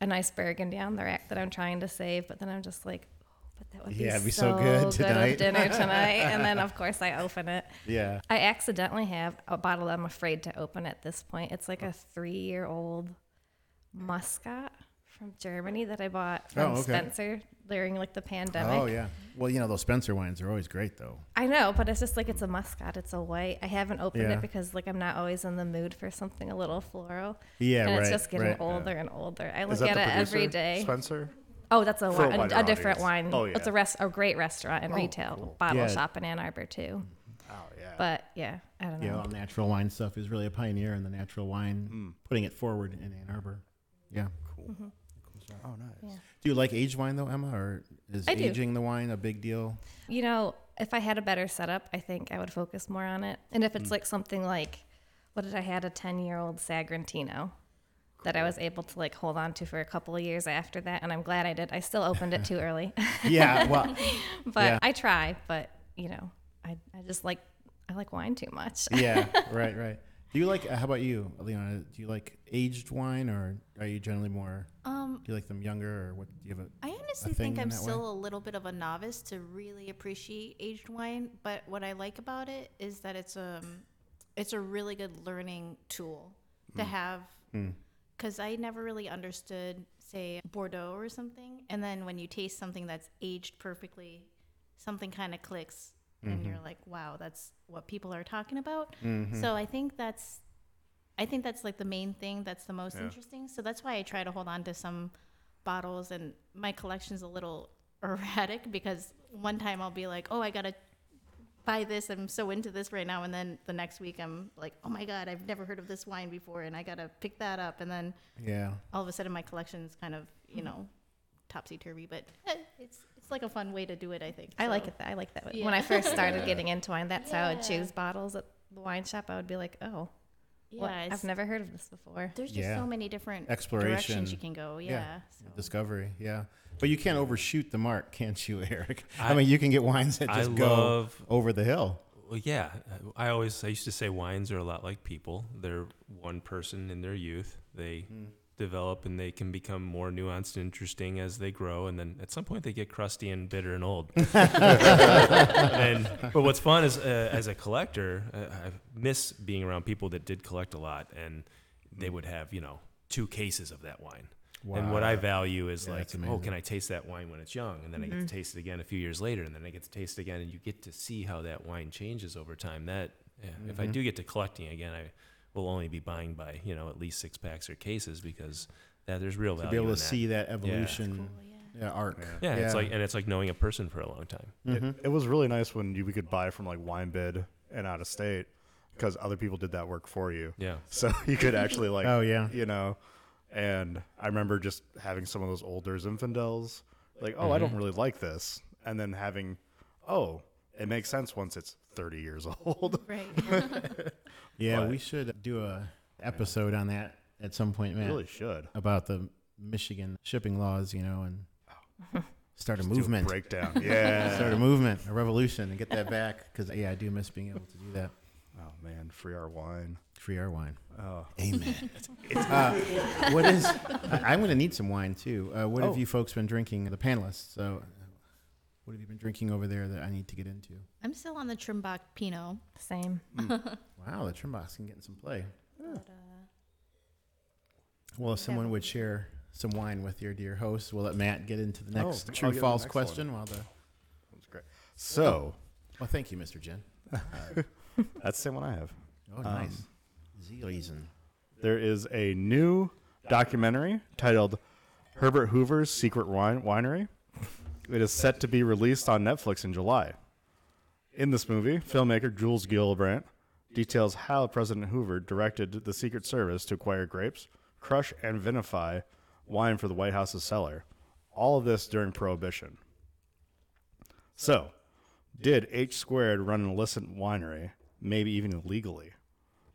Speaker 5: a nice burgundy on the rack that I'm trying to save, but then I'm just like, oh, but that would
Speaker 2: Yeah,
Speaker 5: be,
Speaker 2: it'd be so
Speaker 5: so,
Speaker 2: good
Speaker 5: good,
Speaker 2: tonight.
Speaker 5: at dinner tonight.
Speaker 2: (laughs)
Speaker 5: and then of course I open it.
Speaker 2: Yeah.
Speaker 5: I accidentally have a bottle I'm afraid to open at this point. It's like a three year old muscat from Germany that I bought from
Speaker 2: Oh, okay.
Speaker 5: Spencer during like the pandemic.
Speaker 2: Oh, yeah. Well, you know those Spencer wines are always great, though.
Speaker 5: I know, but it's just like it's a muscat. It's a white. I haven't opened
Speaker 2: Yeah.
Speaker 5: it because like I'm not always in the mood for something a little floral.
Speaker 2: Yeah,
Speaker 5: and
Speaker 2: right,
Speaker 5: it's just getting
Speaker 2: right.
Speaker 5: older and older. I
Speaker 1: Is
Speaker 5: look
Speaker 1: that
Speaker 5: at
Speaker 1: the
Speaker 5: it
Speaker 1: producer,
Speaker 5: every day.
Speaker 1: Spencer?
Speaker 5: Oh, that's a,
Speaker 1: For a
Speaker 5: wine,
Speaker 1: wider
Speaker 5: a, different
Speaker 1: audience.
Speaker 5: wine.
Speaker 1: Oh,
Speaker 5: It's a
Speaker 1: yeah.
Speaker 5: rest a great restaurant in retail bottle
Speaker 2: Yeah.
Speaker 5: shop in Ann Arbor too.
Speaker 1: Oh yeah.
Speaker 5: But yeah, I don't know.
Speaker 2: You know, natural wine stuff is really a pioneer in the natural wine, putting it forward in Ann Arbor. Yeah. Cool.
Speaker 5: mm-hmm.
Speaker 1: oh nice.
Speaker 2: Do you like aged wine though, Emma, or is
Speaker 5: I do.
Speaker 2: aging the wine a big deal?
Speaker 5: You know, if I had a better setup, I think I would focus more on it. And
Speaker 2: Mm.
Speaker 5: if it's like something like, what did I had a ten year old Sagrantino that I was able to like hold on to for a couple of years after that, and I'm glad I did. I still
Speaker 2: (laughs)
Speaker 5: opened it too early, (laughs)
Speaker 4: (laughs)
Speaker 2: Yeah. Well.
Speaker 5: but
Speaker 2: Yeah.
Speaker 5: I try. But you know, I I just like I like wine too much.
Speaker 2: yeah. Right. Right. Do you like? uh, How about you, Leona? Do you like aged wine, or are you generally more?
Speaker 4: Um,
Speaker 2: Do you like them younger, or what? Do you have a
Speaker 4: I honestly
Speaker 2: thing
Speaker 4: think I'm
Speaker 2: in that way?
Speaker 4: still a little bit of a novice to really appreciate aged wine, but what I like about it is that it's a it's a really good learning tool to
Speaker 2: Mm.
Speaker 4: have cuz I never really understood say Bordeaux or something and then when you taste something that's aged perfectly, something kind of
Speaker 2: Mm-hmm.
Speaker 4: clicks and you're like, "Wow, that's what people are talking about." So I think that's I think that's like the main thing that's the most
Speaker 1: Yeah.
Speaker 4: interesting. So that's why I try to hold on to some bottles, and my collection's a little (laughs) erratic because one time I'll be like, oh, I gotta buy this. I'm so into this right now, and then the next week I'm like, oh my god, I've never heard of this wine before, and I gotta pick that up, and then
Speaker 2: Yeah.
Speaker 4: all of a sudden my collection's kind of you know topsy turvy, but eh, it's it's like a fun way to do it. I think
Speaker 5: I like
Speaker 4: So-
Speaker 5: it. th- I like that.
Speaker 4: Yeah.
Speaker 5: When I first started
Speaker 2: (laughs)
Speaker 5: getting into wine, that's how I would
Speaker 4: Yeah.
Speaker 5: choose bottles at the wine shop. I would be like, oh,
Speaker 4: Yeah,
Speaker 5: what?
Speaker 4: it's-
Speaker 5: I've never heard of this before.
Speaker 4: There's just
Speaker 2: Yeah.
Speaker 4: so many different
Speaker 2: Exploration.
Speaker 4: directions you can go. Yeah. So-
Speaker 2: Discovery. Yeah. But you can't overshoot the mark, can't you, (laughs) Eric? I,
Speaker 3: I-
Speaker 2: mean, you can get wines that
Speaker 3: I
Speaker 2: just go
Speaker 3: love-
Speaker 2: over the hill.
Speaker 3: Well, yeah, uh, I always I used to say wines are a lot like people. They're one person in their youth. They develop and they can become more nuanced and interesting as they grow, and then at some point they get crusty and bitter and old. and but what's fun is uh, as a collector, uh, I miss being around people that did collect a lot, and they would have you know two cases of that wine. And what I value is
Speaker 2: Yeah,
Speaker 3: like,
Speaker 2: that's
Speaker 3: oh,
Speaker 2: amazing.
Speaker 3: can I taste that wine when it's young? And then I get to taste it again a few years later, and then I get to taste it again, and you get to see how that wine changes over time. That yeah, if
Speaker 2: Mm-hmm.
Speaker 3: I do get to collecting again, I will only be buying by you know at least six packs or cases because that there's real
Speaker 2: To
Speaker 3: value.
Speaker 2: be able
Speaker 3: in
Speaker 2: to
Speaker 3: that.
Speaker 2: see that
Speaker 3: yeah.
Speaker 2: evolution
Speaker 4: Cool, yeah.
Speaker 2: yeah. arc.
Speaker 3: Yeah, it's like and it's like knowing a person for a long time.
Speaker 1: It, it was really nice when you, we could buy from like Winebid and out of state because other people did that work for you.
Speaker 3: Yeah.
Speaker 1: So (laughs) you could actually like,
Speaker 2: Oh, yeah.
Speaker 1: you know. And I remember just having some of those older Zinfandels, like, oh, I
Speaker 2: Mm-hmm.
Speaker 1: don't really like this, and then having, oh, it makes sense once it's thirty years (laughs) old.
Speaker 4: Right.
Speaker 2: yeah,
Speaker 1: But-
Speaker 2: we should do a episode on that at some point, man.
Speaker 1: really should
Speaker 2: About the Michigan shipping laws, you know,
Speaker 4: (laughs)
Speaker 2: and start a
Speaker 1: Do a
Speaker 2: movement. (laughs)
Speaker 1: breakdown. Yeah.
Speaker 2: Start a movement, a revolution, and get that back. Because yeah, I do miss being able to do that.
Speaker 1: oh man, free our wine.
Speaker 2: Free our wine.
Speaker 1: Oh.
Speaker 2: Amen. (laughs) Uh, what is? I, am going to need some wine too. Uh, what
Speaker 1: Oh.
Speaker 2: have you folks been drinking? The panelists. So, uh, what have you been drinking over there that I need to get into?
Speaker 4: I'm still on the Trimbach Pinot.
Speaker 5: Same.
Speaker 2: Wow, the Trimbox can get in some play. Well, if someone would share some wine with your dear host, we'll let Matt get into the
Speaker 1: Oh,
Speaker 2: next
Speaker 1: I'll
Speaker 2: true
Speaker 1: get the
Speaker 2: false
Speaker 1: next
Speaker 2: question. While the
Speaker 1: That's great. So
Speaker 2: well, thank you, Mr. Jen.
Speaker 1: that's the same one I have.
Speaker 2: Oh, nice.
Speaker 1: Um,
Speaker 2: Z reason.
Speaker 1: there is a new documentary titled Herbert Hoover's Secret Wine- Winery. It is set to be released on Netflix in July. In this movie, filmmaker Jules Gillibrand details how President Hoover directed the Secret Service to acquire grapes, crush, and vinify wine for the White House's cellar. All of this during Prohibition. So, did H squared run an illicit winery, maybe even illegally?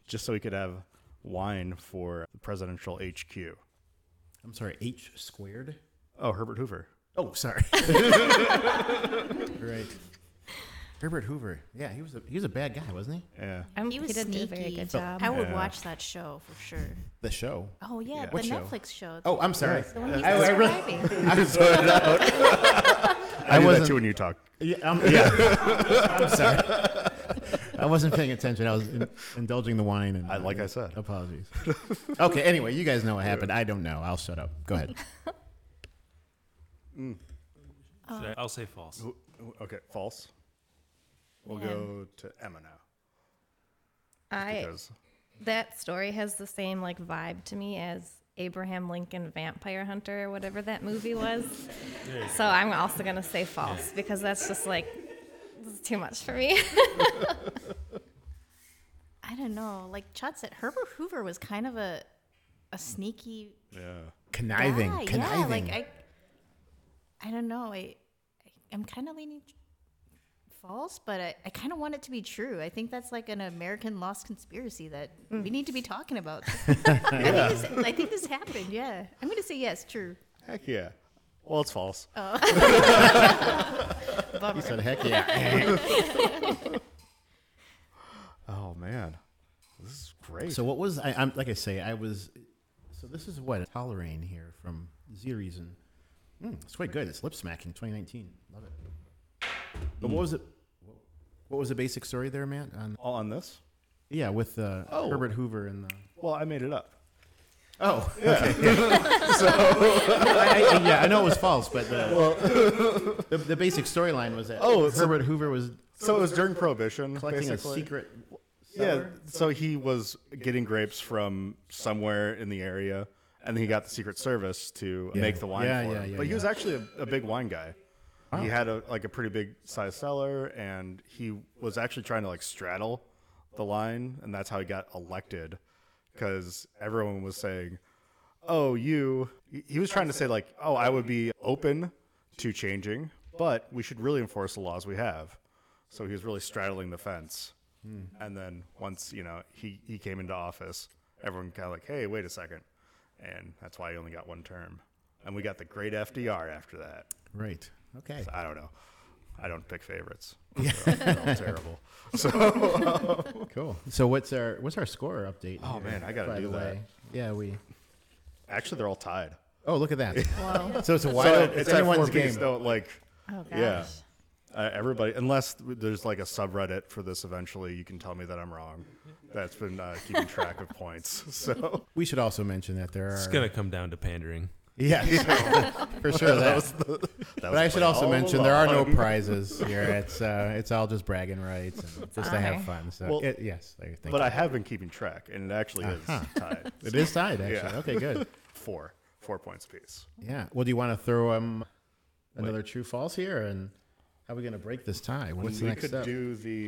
Speaker 1: just so he could have wine for the presidential HQ.
Speaker 2: I'm sorry. H squared.
Speaker 1: Oh, Herbert Hoover.
Speaker 2: Oh,
Speaker 4: (laughs)
Speaker 2: sorry. right. Herbert Hoover. Yeah, he was a he was a bad guy, wasn't he?
Speaker 1: Yeah.
Speaker 5: I'm,
Speaker 4: He was
Speaker 5: did do a very
Speaker 4: sneaky.
Speaker 5: good job.
Speaker 4: I would watch that show for sure.
Speaker 2: The show.
Speaker 4: Oh yeah, the
Speaker 2: What show?
Speaker 4: Netflix show.
Speaker 2: Oh, I'm sorry.
Speaker 4: The one he's
Speaker 2: I, I, really-
Speaker 4: describing.
Speaker 1: I, do that
Speaker 2: wasn't-
Speaker 1: too when you talk.
Speaker 2: (laughs) yeah, I'm, yeah. (laughs) I'm sorry. I wasn't paying attention. I was in, indulging the wine and
Speaker 1: I- like I said.
Speaker 2: (laughs) Apologies. okay. Anyway, you guys know what happened. I don't know. I'll shut up. Go
Speaker 4: (laughs)
Speaker 2: ahead.
Speaker 3: Should I, I'll say false.
Speaker 1: Okay, false. We'll
Speaker 5: Yeah.
Speaker 1: go to Emma now.
Speaker 5: I
Speaker 1: Because
Speaker 5: that story has the same like vibe to me as Abraham Lincoln Vampire Hunter or whatever that movie was. so I'm also gonna say false because that's just like this is too much for me. (laughs)
Speaker 4: I don't know. Like Chad said, Herbert Hoover was kind of a a sneaky
Speaker 1: yeah.
Speaker 2: Conniving.
Speaker 4: guy.
Speaker 2: Conniving.
Speaker 4: Yeah, like I I don't know. I, I I'm kind of leaning false, but I, I kind of want it to be true. I think that's like an American lost conspiracy that we need to be talking (laughs) about. I, think this, I think this happened. Yeah, I'm gonna say yes, true.
Speaker 1: Heck yeah. Well, it's false.
Speaker 2: he said, "Heck
Speaker 4: (laughs)
Speaker 2: yeah."
Speaker 1: Oh man, this is great.
Speaker 2: So what was I, I'm like I say I was so this is what Tolerane here from Z Reason. Mm, it's quite good. It's lip smacking 2019. Love it. But
Speaker 1: Mm.
Speaker 2: what was it? What was the basic story there, Matt? On
Speaker 1: all on this?
Speaker 2: yeah, with uh,
Speaker 1: Oh.
Speaker 2: Herbert Hoover and the
Speaker 1: Well, I made it up.
Speaker 2: (laughs) oh okay. so I, I, yeah, I know it was false, but the the, the basic storyline was that
Speaker 1: Oh, so-
Speaker 2: Herbert Hoover was
Speaker 1: So it was during Prohibition,
Speaker 2: collecting
Speaker 1: basically.
Speaker 2: a secret
Speaker 1: yeah. So he was getting grapes from somewhere in the area, and then he got the Secret Service to make the wine
Speaker 2: Yeah,
Speaker 1: for
Speaker 2: yeah,
Speaker 1: him.
Speaker 2: yeah,
Speaker 1: but he
Speaker 2: yeah.
Speaker 1: was actually a, a big wine guy. He had a like a pretty big size cellar, and he was actually trying to like straddle the line, and that's how he got elected, because everyone was saying, "Oh, you." he- He was trying to say like, "Oh, I would be open to changing, but we should really enforce the laws we have." So he was really straddling the fence. And then once you know he he came into office, everyone kind of like, "Hey, wait a second. and that's why he only got one term. And we got the great FDR after that.
Speaker 2: Right. Okay.
Speaker 1: I don't know. I don't pick favorites. They're all- they're all terrible. (laughs) So
Speaker 2: Cool. So what's our what's our score update?
Speaker 1: Oh, man, I gotta
Speaker 2: by
Speaker 1: do
Speaker 2: the
Speaker 1: that.
Speaker 2: way. Yeah, we.
Speaker 1: actually, they're all tied.
Speaker 2: Oh, look at
Speaker 1: (laughs)
Speaker 2: that.
Speaker 4: Whoa.
Speaker 2: so it's a wide.
Speaker 1: So
Speaker 2: open- it's,
Speaker 1: at four
Speaker 2: anyone's game.
Speaker 1: piece, though, like
Speaker 4: Oh, gosh.
Speaker 1: yeah, uh, everybody. Unless there's like a subreddit for this. Eventually, you can tell me that I'm wrong. That's been uh, keeping track of points. (laughs) So
Speaker 2: We should also mention that there are.
Speaker 3: It's gonna come down to pandering.
Speaker 2: (laughs)
Speaker 1: (laughs)
Speaker 2: yeah, (laughs) for sure. That.
Speaker 1: that
Speaker 2: but I should also mention there
Speaker 1: are.
Speaker 2: are no prizes
Speaker 1: (laughs)
Speaker 2: here. It's uh, it's all just bragging rights and just to have
Speaker 5: honor.
Speaker 2: fun. So
Speaker 1: Well,
Speaker 2: it, yes, there, thank
Speaker 1: But
Speaker 2: you.
Speaker 1: I have been keeping track, and it actually is tied.
Speaker 2: it is tied actually.
Speaker 1: Yeah.
Speaker 2: Okay,
Speaker 1: (laughs)
Speaker 2: good.
Speaker 1: four, four points apiece.
Speaker 2: Yeah. Well, do you want to throw um another true false here, and how are we going to break this tie? What's the
Speaker 1: we
Speaker 2: next
Speaker 1: could
Speaker 2: step?
Speaker 1: do the,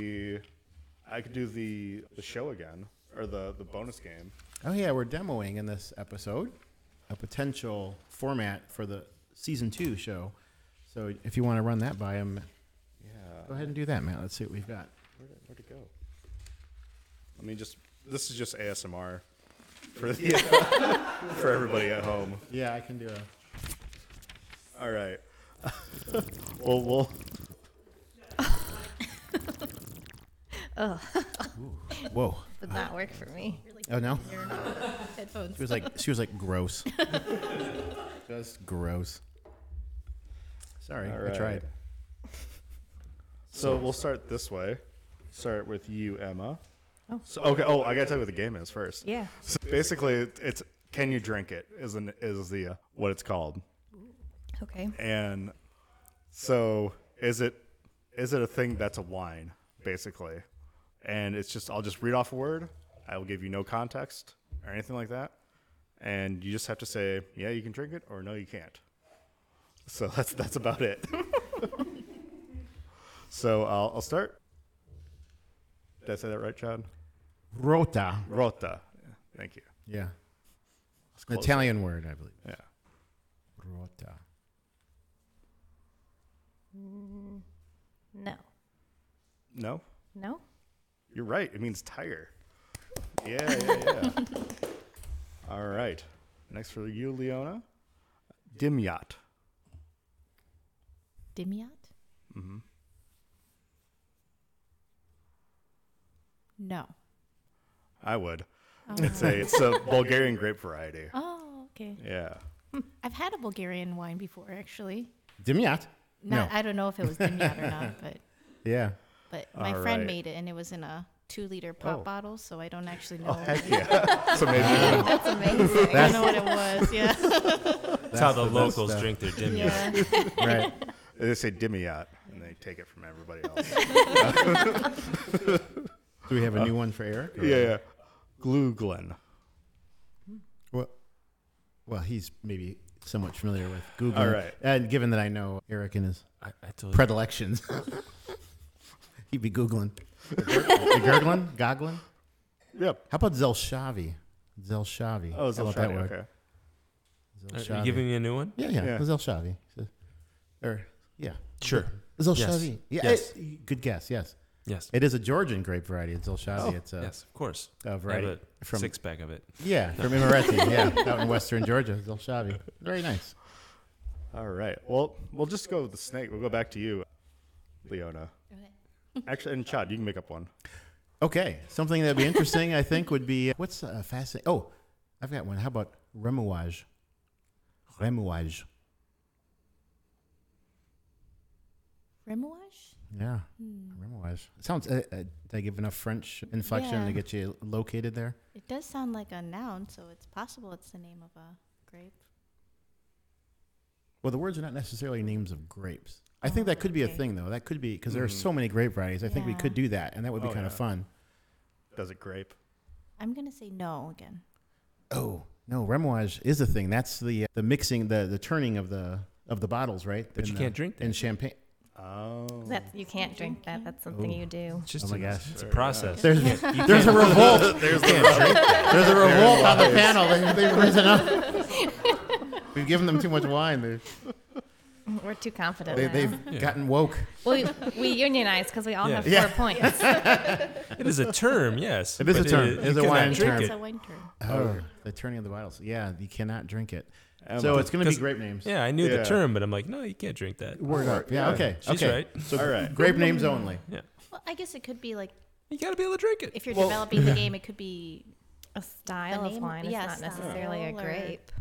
Speaker 1: I could do the the show again or the the bonus game.
Speaker 2: Oh yeah, we're demoing in this episode a potential format for the season two show. So if you want to run that by him, go
Speaker 1: Yeah,
Speaker 2: ahead and do that, Matt. Let's see what we've got.
Speaker 1: where did, where'd it go? Let me just. This is just ASMR (laughs) for the, for everybody at home.
Speaker 2: Yeah, I can do a.
Speaker 1: All right. (laughs) well, we'll.
Speaker 2: Whoa!
Speaker 5: Would not work for me.
Speaker 2: Oh no,
Speaker 4: (laughs) Headphones.
Speaker 2: she was like she was like gross. Just gross. Sorry,
Speaker 1: All
Speaker 2: I
Speaker 1: right.
Speaker 2: tried.
Speaker 1: So we'll start this way. Start with you, Emma. Oh. So, okay. Oh, I gotta tell you what the game is first.
Speaker 5: Yeah.
Speaker 1: So basically, it- it's can you drink it is an, is the uh, what it's called,
Speaker 5: Okay.
Speaker 1: and so is it is it a thing that's a wine basically, and it's just I'll just read off a word. I will give you no context or anything like that, and you just have to say yeah you can drink it or no you can't. So (laughs) that's that's about it. so I'll, I'll start. Did I say that right, Chad?
Speaker 2: Rota.
Speaker 1: Rota. Thank you.
Speaker 2: Yeah,
Speaker 1: It's
Speaker 2: an
Speaker 1: close.
Speaker 2: Italian word, I believe.
Speaker 1: Yeah.
Speaker 2: Rota.
Speaker 5: No.
Speaker 1: No,
Speaker 5: No?
Speaker 1: you're right. It means tire. Yeah, yeah, (laughs) yeah. All right. Next for you, Leona. Dimyat.
Speaker 4: Dimyat?
Speaker 1: Mm-hmm.
Speaker 4: No.
Speaker 1: I would.
Speaker 4: Oh.
Speaker 1: It's a it's (laughs) a Bulgarian grape variety.
Speaker 4: Oh, okay.
Speaker 1: Yeah.
Speaker 4: I've had a Bulgarian wine before, actually.
Speaker 2: Dimyat. No.
Speaker 4: Not, I don't know if it was dimyat or
Speaker 1: (laughs)
Speaker 4: not, but
Speaker 2: Yeah.
Speaker 4: but my
Speaker 1: All
Speaker 4: friend
Speaker 1: right.
Speaker 4: made it, and it was in a two-liter pop
Speaker 1: Oh.
Speaker 4: bottle, so I don't actually know.
Speaker 1: Oh
Speaker 4: (laughs)
Speaker 1: heck (laughs) yeah. so maybe
Speaker 5: That's amazing.
Speaker 4: I don't know what it
Speaker 1: (laughs)
Speaker 4: was. Yeah.
Speaker 3: That's, how the,
Speaker 2: the best
Speaker 3: locals
Speaker 2: stuff.
Speaker 3: drink their dim yum.
Speaker 4: yeah.
Speaker 2: Right.
Speaker 1: they say dimyat and they take it from everybody else.
Speaker 2: Do we have a new one for Eric?
Speaker 1: (laughs)
Speaker 2: or-
Speaker 1: yeah, yeah. Gluglen.
Speaker 2: Well, well, he's maybe somewhat familiar with Google.
Speaker 1: All right.
Speaker 2: And given that I know Eric and his
Speaker 3: I, I told you.
Speaker 2: predilections, (laughs) he'd be Googling. Gurgling? Goggling?
Speaker 1: Yep.
Speaker 2: How about Zelshavi? Zelshavi.
Speaker 1: Oh, it's
Speaker 2: How about that word?
Speaker 1: Okay.
Speaker 3: Are you giving me a new one?
Speaker 2: Yeah, yeah.
Speaker 1: Yeah.
Speaker 2: Zelshavi. So- Or, yeah.
Speaker 3: Sure.
Speaker 2: Zelshavi. Yeah,
Speaker 3: Yes.
Speaker 2: it- good guess, yes.
Speaker 3: Yes.
Speaker 2: It is a Georgian grape variety. It's Zelshavi. it's a,
Speaker 3: Oh, yes, of course.
Speaker 2: a
Speaker 3: I have
Speaker 2: variety
Speaker 3: a
Speaker 2: from
Speaker 3: six pack of it.
Speaker 2: yeah from Imereti,
Speaker 3: (laughs)
Speaker 2: yeah, out in western Georgia. Zelshavi. Very nice.
Speaker 1: All right. Well, we'll just go with the snake. We'll go back to you, Leona. Actually, and Chad, you can make up one.
Speaker 2: Okay, something that'd be interesting, I think, would be what's uh, fascinating. Oh, I've got one. How about remouage? Remouage.
Speaker 4: Remouage?
Speaker 2: Yeah, remouage. It sounds. Uh, uh, did I give enough French inflection
Speaker 4: Yeah.
Speaker 2: to get you located there?
Speaker 4: It does sound like a noun, so it's possible it's the name of a grape.
Speaker 2: Well, the words are not necessarily names of grapes. I think that could be a
Speaker 4: Oh, okay.
Speaker 2: thing, though. That could be because there are so many grape varieties. I think we
Speaker 4: Yeah.
Speaker 2: could do that, and that would be
Speaker 1: Oh,
Speaker 2: kind
Speaker 1: yeah.
Speaker 2: of fun.
Speaker 1: Does it grape?
Speaker 4: I'm gonna say no again.
Speaker 2: Oh no, remouage is a thing. That's the uh, the mixing, the the turning of the of the bottles, right?
Speaker 3: But you
Speaker 2: In
Speaker 3: can't
Speaker 2: the,
Speaker 3: drink
Speaker 2: in
Speaker 4: (laughs)
Speaker 2: champagne.
Speaker 1: Oh.
Speaker 4: Mm.
Speaker 5: That you can't drink that. That's something you do.
Speaker 3: It's just
Speaker 2: Oh my
Speaker 3: a,
Speaker 2: gosh.
Speaker 3: it's a process.
Speaker 2: There's
Speaker 3: You
Speaker 2: there's a
Speaker 3: can't-
Speaker 2: revolt.
Speaker 1: There's the
Speaker 2: There's a revolt on the panel. They, they've risen up.
Speaker 4: (laughs)
Speaker 2: We've given them too much wine. They're-
Speaker 5: We're too confident.
Speaker 2: They,
Speaker 5: now.
Speaker 2: they've gotten woke.
Speaker 5: well, we, we unionize because we all
Speaker 3: Yeah.
Speaker 5: have
Speaker 2: Yeah.
Speaker 5: four
Speaker 2: (laughs)
Speaker 5: points.
Speaker 3: It is a term, yes.
Speaker 2: It is a
Speaker 3: but
Speaker 2: term.
Speaker 3: you
Speaker 2: It is a
Speaker 3: cannot
Speaker 2: wine
Speaker 3: drink
Speaker 2: term.
Speaker 4: It's
Speaker 3: it.
Speaker 4: a wine turn.
Speaker 2: Oh, the turning of the bottles. Yeah, you cannot drink it.
Speaker 1: Oh
Speaker 2: so
Speaker 1: my.
Speaker 2: it's going to be
Speaker 3: 'Cause-
Speaker 2: grape names.
Speaker 3: Yeah, I knew
Speaker 1: Yeah.
Speaker 3: the term, but I'm like, no, you can't drink that.
Speaker 2: Word up. Yeah,
Speaker 1: Yeah.
Speaker 2: okay.
Speaker 3: She's
Speaker 2: okay.
Speaker 3: right.
Speaker 2: So
Speaker 1: All right.
Speaker 2: grape names only.
Speaker 4: Well, I guess it could be like
Speaker 3: You gotta be able to drink it.
Speaker 4: if you're
Speaker 1: (laughs)
Speaker 4: developing the game, it could be
Speaker 5: A style
Speaker 4: The
Speaker 5: of
Speaker 4: name-
Speaker 5: wine is
Speaker 4: yeah,
Speaker 5: not necessarily a
Speaker 4: style or-
Speaker 5: grape.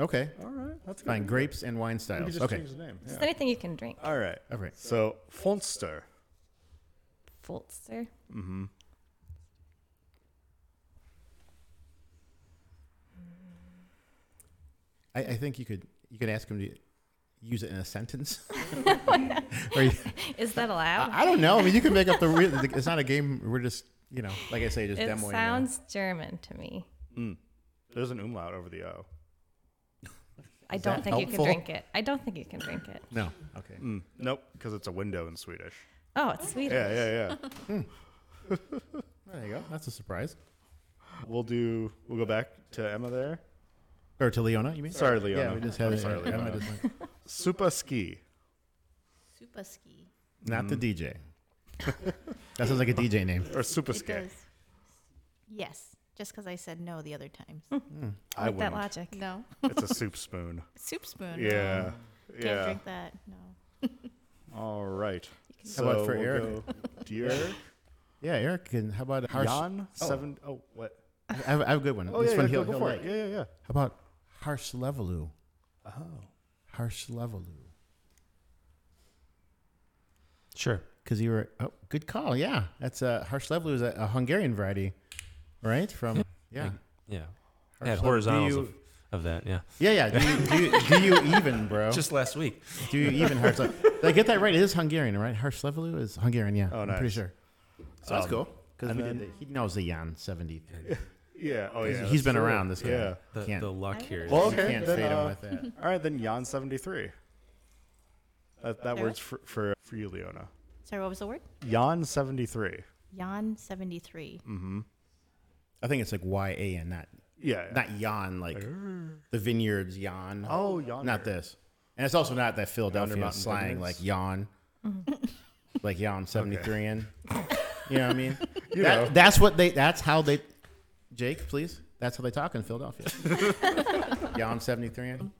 Speaker 2: Okay.
Speaker 1: All right. That's good.
Speaker 2: Fine. Grapes and wine
Speaker 1: You could
Speaker 2: styles.
Speaker 1: just
Speaker 2: Okay.
Speaker 1: change the name.
Speaker 5: Just
Speaker 1: yeah.
Speaker 5: anything you can drink.
Speaker 1: All right.
Speaker 2: All right.
Speaker 1: So Fonster.
Speaker 5: Fultzer.
Speaker 2: I, I think you could you could ask him to use it in a
Speaker 5: (laughs)
Speaker 2: sentence. (laughs) Or you-
Speaker 5: Is that allowed?
Speaker 2: I, I don't know. I mean, you can make up the. Re- the it's not a game. We're just you know, like I say, just
Speaker 5: it
Speaker 2: demoing. uh,
Speaker 5: sounds German to me.
Speaker 1: There's an umlaut over the O.
Speaker 5: I
Speaker 2: that
Speaker 5: don't think you
Speaker 2: helpful?
Speaker 5: can drink it. I don't think you can drink it.
Speaker 2: No. Okay.
Speaker 1: Mm. Nope, because it's a window in
Speaker 2: (laughs)
Speaker 1: Swedish.
Speaker 5: Oh, it's sweet.
Speaker 1: Yeah, yeah, yeah.
Speaker 2: There you go. That's a surprise.
Speaker 1: we'll do. We'll go back to Emma there.
Speaker 2: Or to Leona, you mean?
Speaker 1: Sorry,
Speaker 2: Yeah,
Speaker 1: Leona.
Speaker 2: we just had
Speaker 1: I'm
Speaker 2: it.
Speaker 1: sorry,
Speaker 2: yeah, I
Speaker 1: Leona.
Speaker 2: just went-
Speaker 1: Supa ski.
Speaker 4: Supa Ski.
Speaker 2: Not
Speaker 1: Mm.
Speaker 2: the DJ. (laughs) that sounds like a DJ name.
Speaker 1: Or Supa
Speaker 4: It
Speaker 1: ski.
Speaker 4: does. Yes, just because I said no the other times.
Speaker 1: (laughs)
Speaker 5: I
Speaker 1: I
Speaker 5: like
Speaker 1: wouldn't.
Speaker 5: that logic.
Speaker 4: no,
Speaker 1: It's a soup spoon.
Speaker 4: (laughs) soup spoon. no.
Speaker 1: Yeah.
Speaker 4: can't
Speaker 1: Yeah.
Speaker 4: drink that. No.
Speaker 1: All right.
Speaker 2: How about for
Speaker 1: we'll
Speaker 2: Eric? (laughs)
Speaker 1: go Dear
Speaker 2: Yeah, Eric. Can, how about harsh?
Speaker 1: Jan seven. Oh, what?
Speaker 2: I have, I have a good one.
Speaker 1: Oh,
Speaker 2: this
Speaker 1: yeah,
Speaker 2: one
Speaker 1: yeah,
Speaker 2: he'll,
Speaker 1: go, go
Speaker 2: he'll
Speaker 1: for
Speaker 2: like.
Speaker 1: it. Yeah, yeah, yeah.
Speaker 2: How about harsh leveloo?
Speaker 1: Oh.
Speaker 2: Harsh leveloo.
Speaker 3: Sure.
Speaker 2: Because you were oh, good call. Yeah, that's a harsh leveloo is a, a Hungarian variety, right? From
Speaker 1: (laughs)
Speaker 2: yeah,
Speaker 3: Yeah.
Speaker 2: Or
Speaker 3: Had
Speaker 2: so do
Speaker 3: horizontals
Speaker 2: you-
Speaker 3: of, of that, yeah.
Speaker 2: yeah, yeah. Do you, do you, do you
Speaker 1: (laughs)
Speaker 2: even, bro?
Speaker 3: Just last week.
Speaker 2: do you even harsh? Did I get that right? It is Hungarian, right? Harsh leveloo is Hungarian. Yeah,
Speaker 1: Oh,
Speaker 2: I'm pretty
Speaker 1: nice.
Speaker 2: sure. So that's
Speaker 1: Um,
Speaker 2: cool. Because
Speaker 1: and
Speaker 2: we did. The,
Speaker 1: then-
Speaker 2: he knows the Jan seventy.
Speaker 1: Yeah. Oh, yeah.
Speaker 2: He's
Speaker 1: that's
Speaker 2: been
Speaker 1: true.
Speaker 2: around this guy.
Speaker 1: Yeah.
Speaker 3: The,
Speaker 2: Can't-
Speaker 3: the luck here.
Speaker 1: Well,
Speaker 2: You
Speaker 1: okay.
Speaker 2: can't
Speaker 1: then,
Speaker 2: fade him
Speaker 1: uh,
Speaker 2: with that.
Speaker 1: (laughs) All right, then Jan seventy three. That that works for, for for you, Leona.
Speaker 4: Sorry, what was the word?
Speaker 1: Jan seventy three.
Speaker 4: Yan seventy three.
Speaker 1: Mm.
Speaker 2: I think it's like Y A N, not
Speaker 1: Yeah. yeah.
Speaker 2: not Jan, like the vineyards Jan.
Speaker 1: Oh, yonder.
Speaker 2: not this. And it's also not that Philadelphia
Speaker 1: Mountain
Speaker 2: slang,
Speaker 1: Vineyards.
Speaker 2: like
Speaker 1: (laughs)
Speaker 2: Jan, like Jan seventy three in. You know what I mean?
Speaker 1: (laughs) You
Speaker 2: That-
Speaker 1: know.
Speaker 2: That's what they. That's how they. Jake, please. That's how they talk in
Speaker 1: (laughs)
Speaker 2: Philadelphia. Jan seventy three in.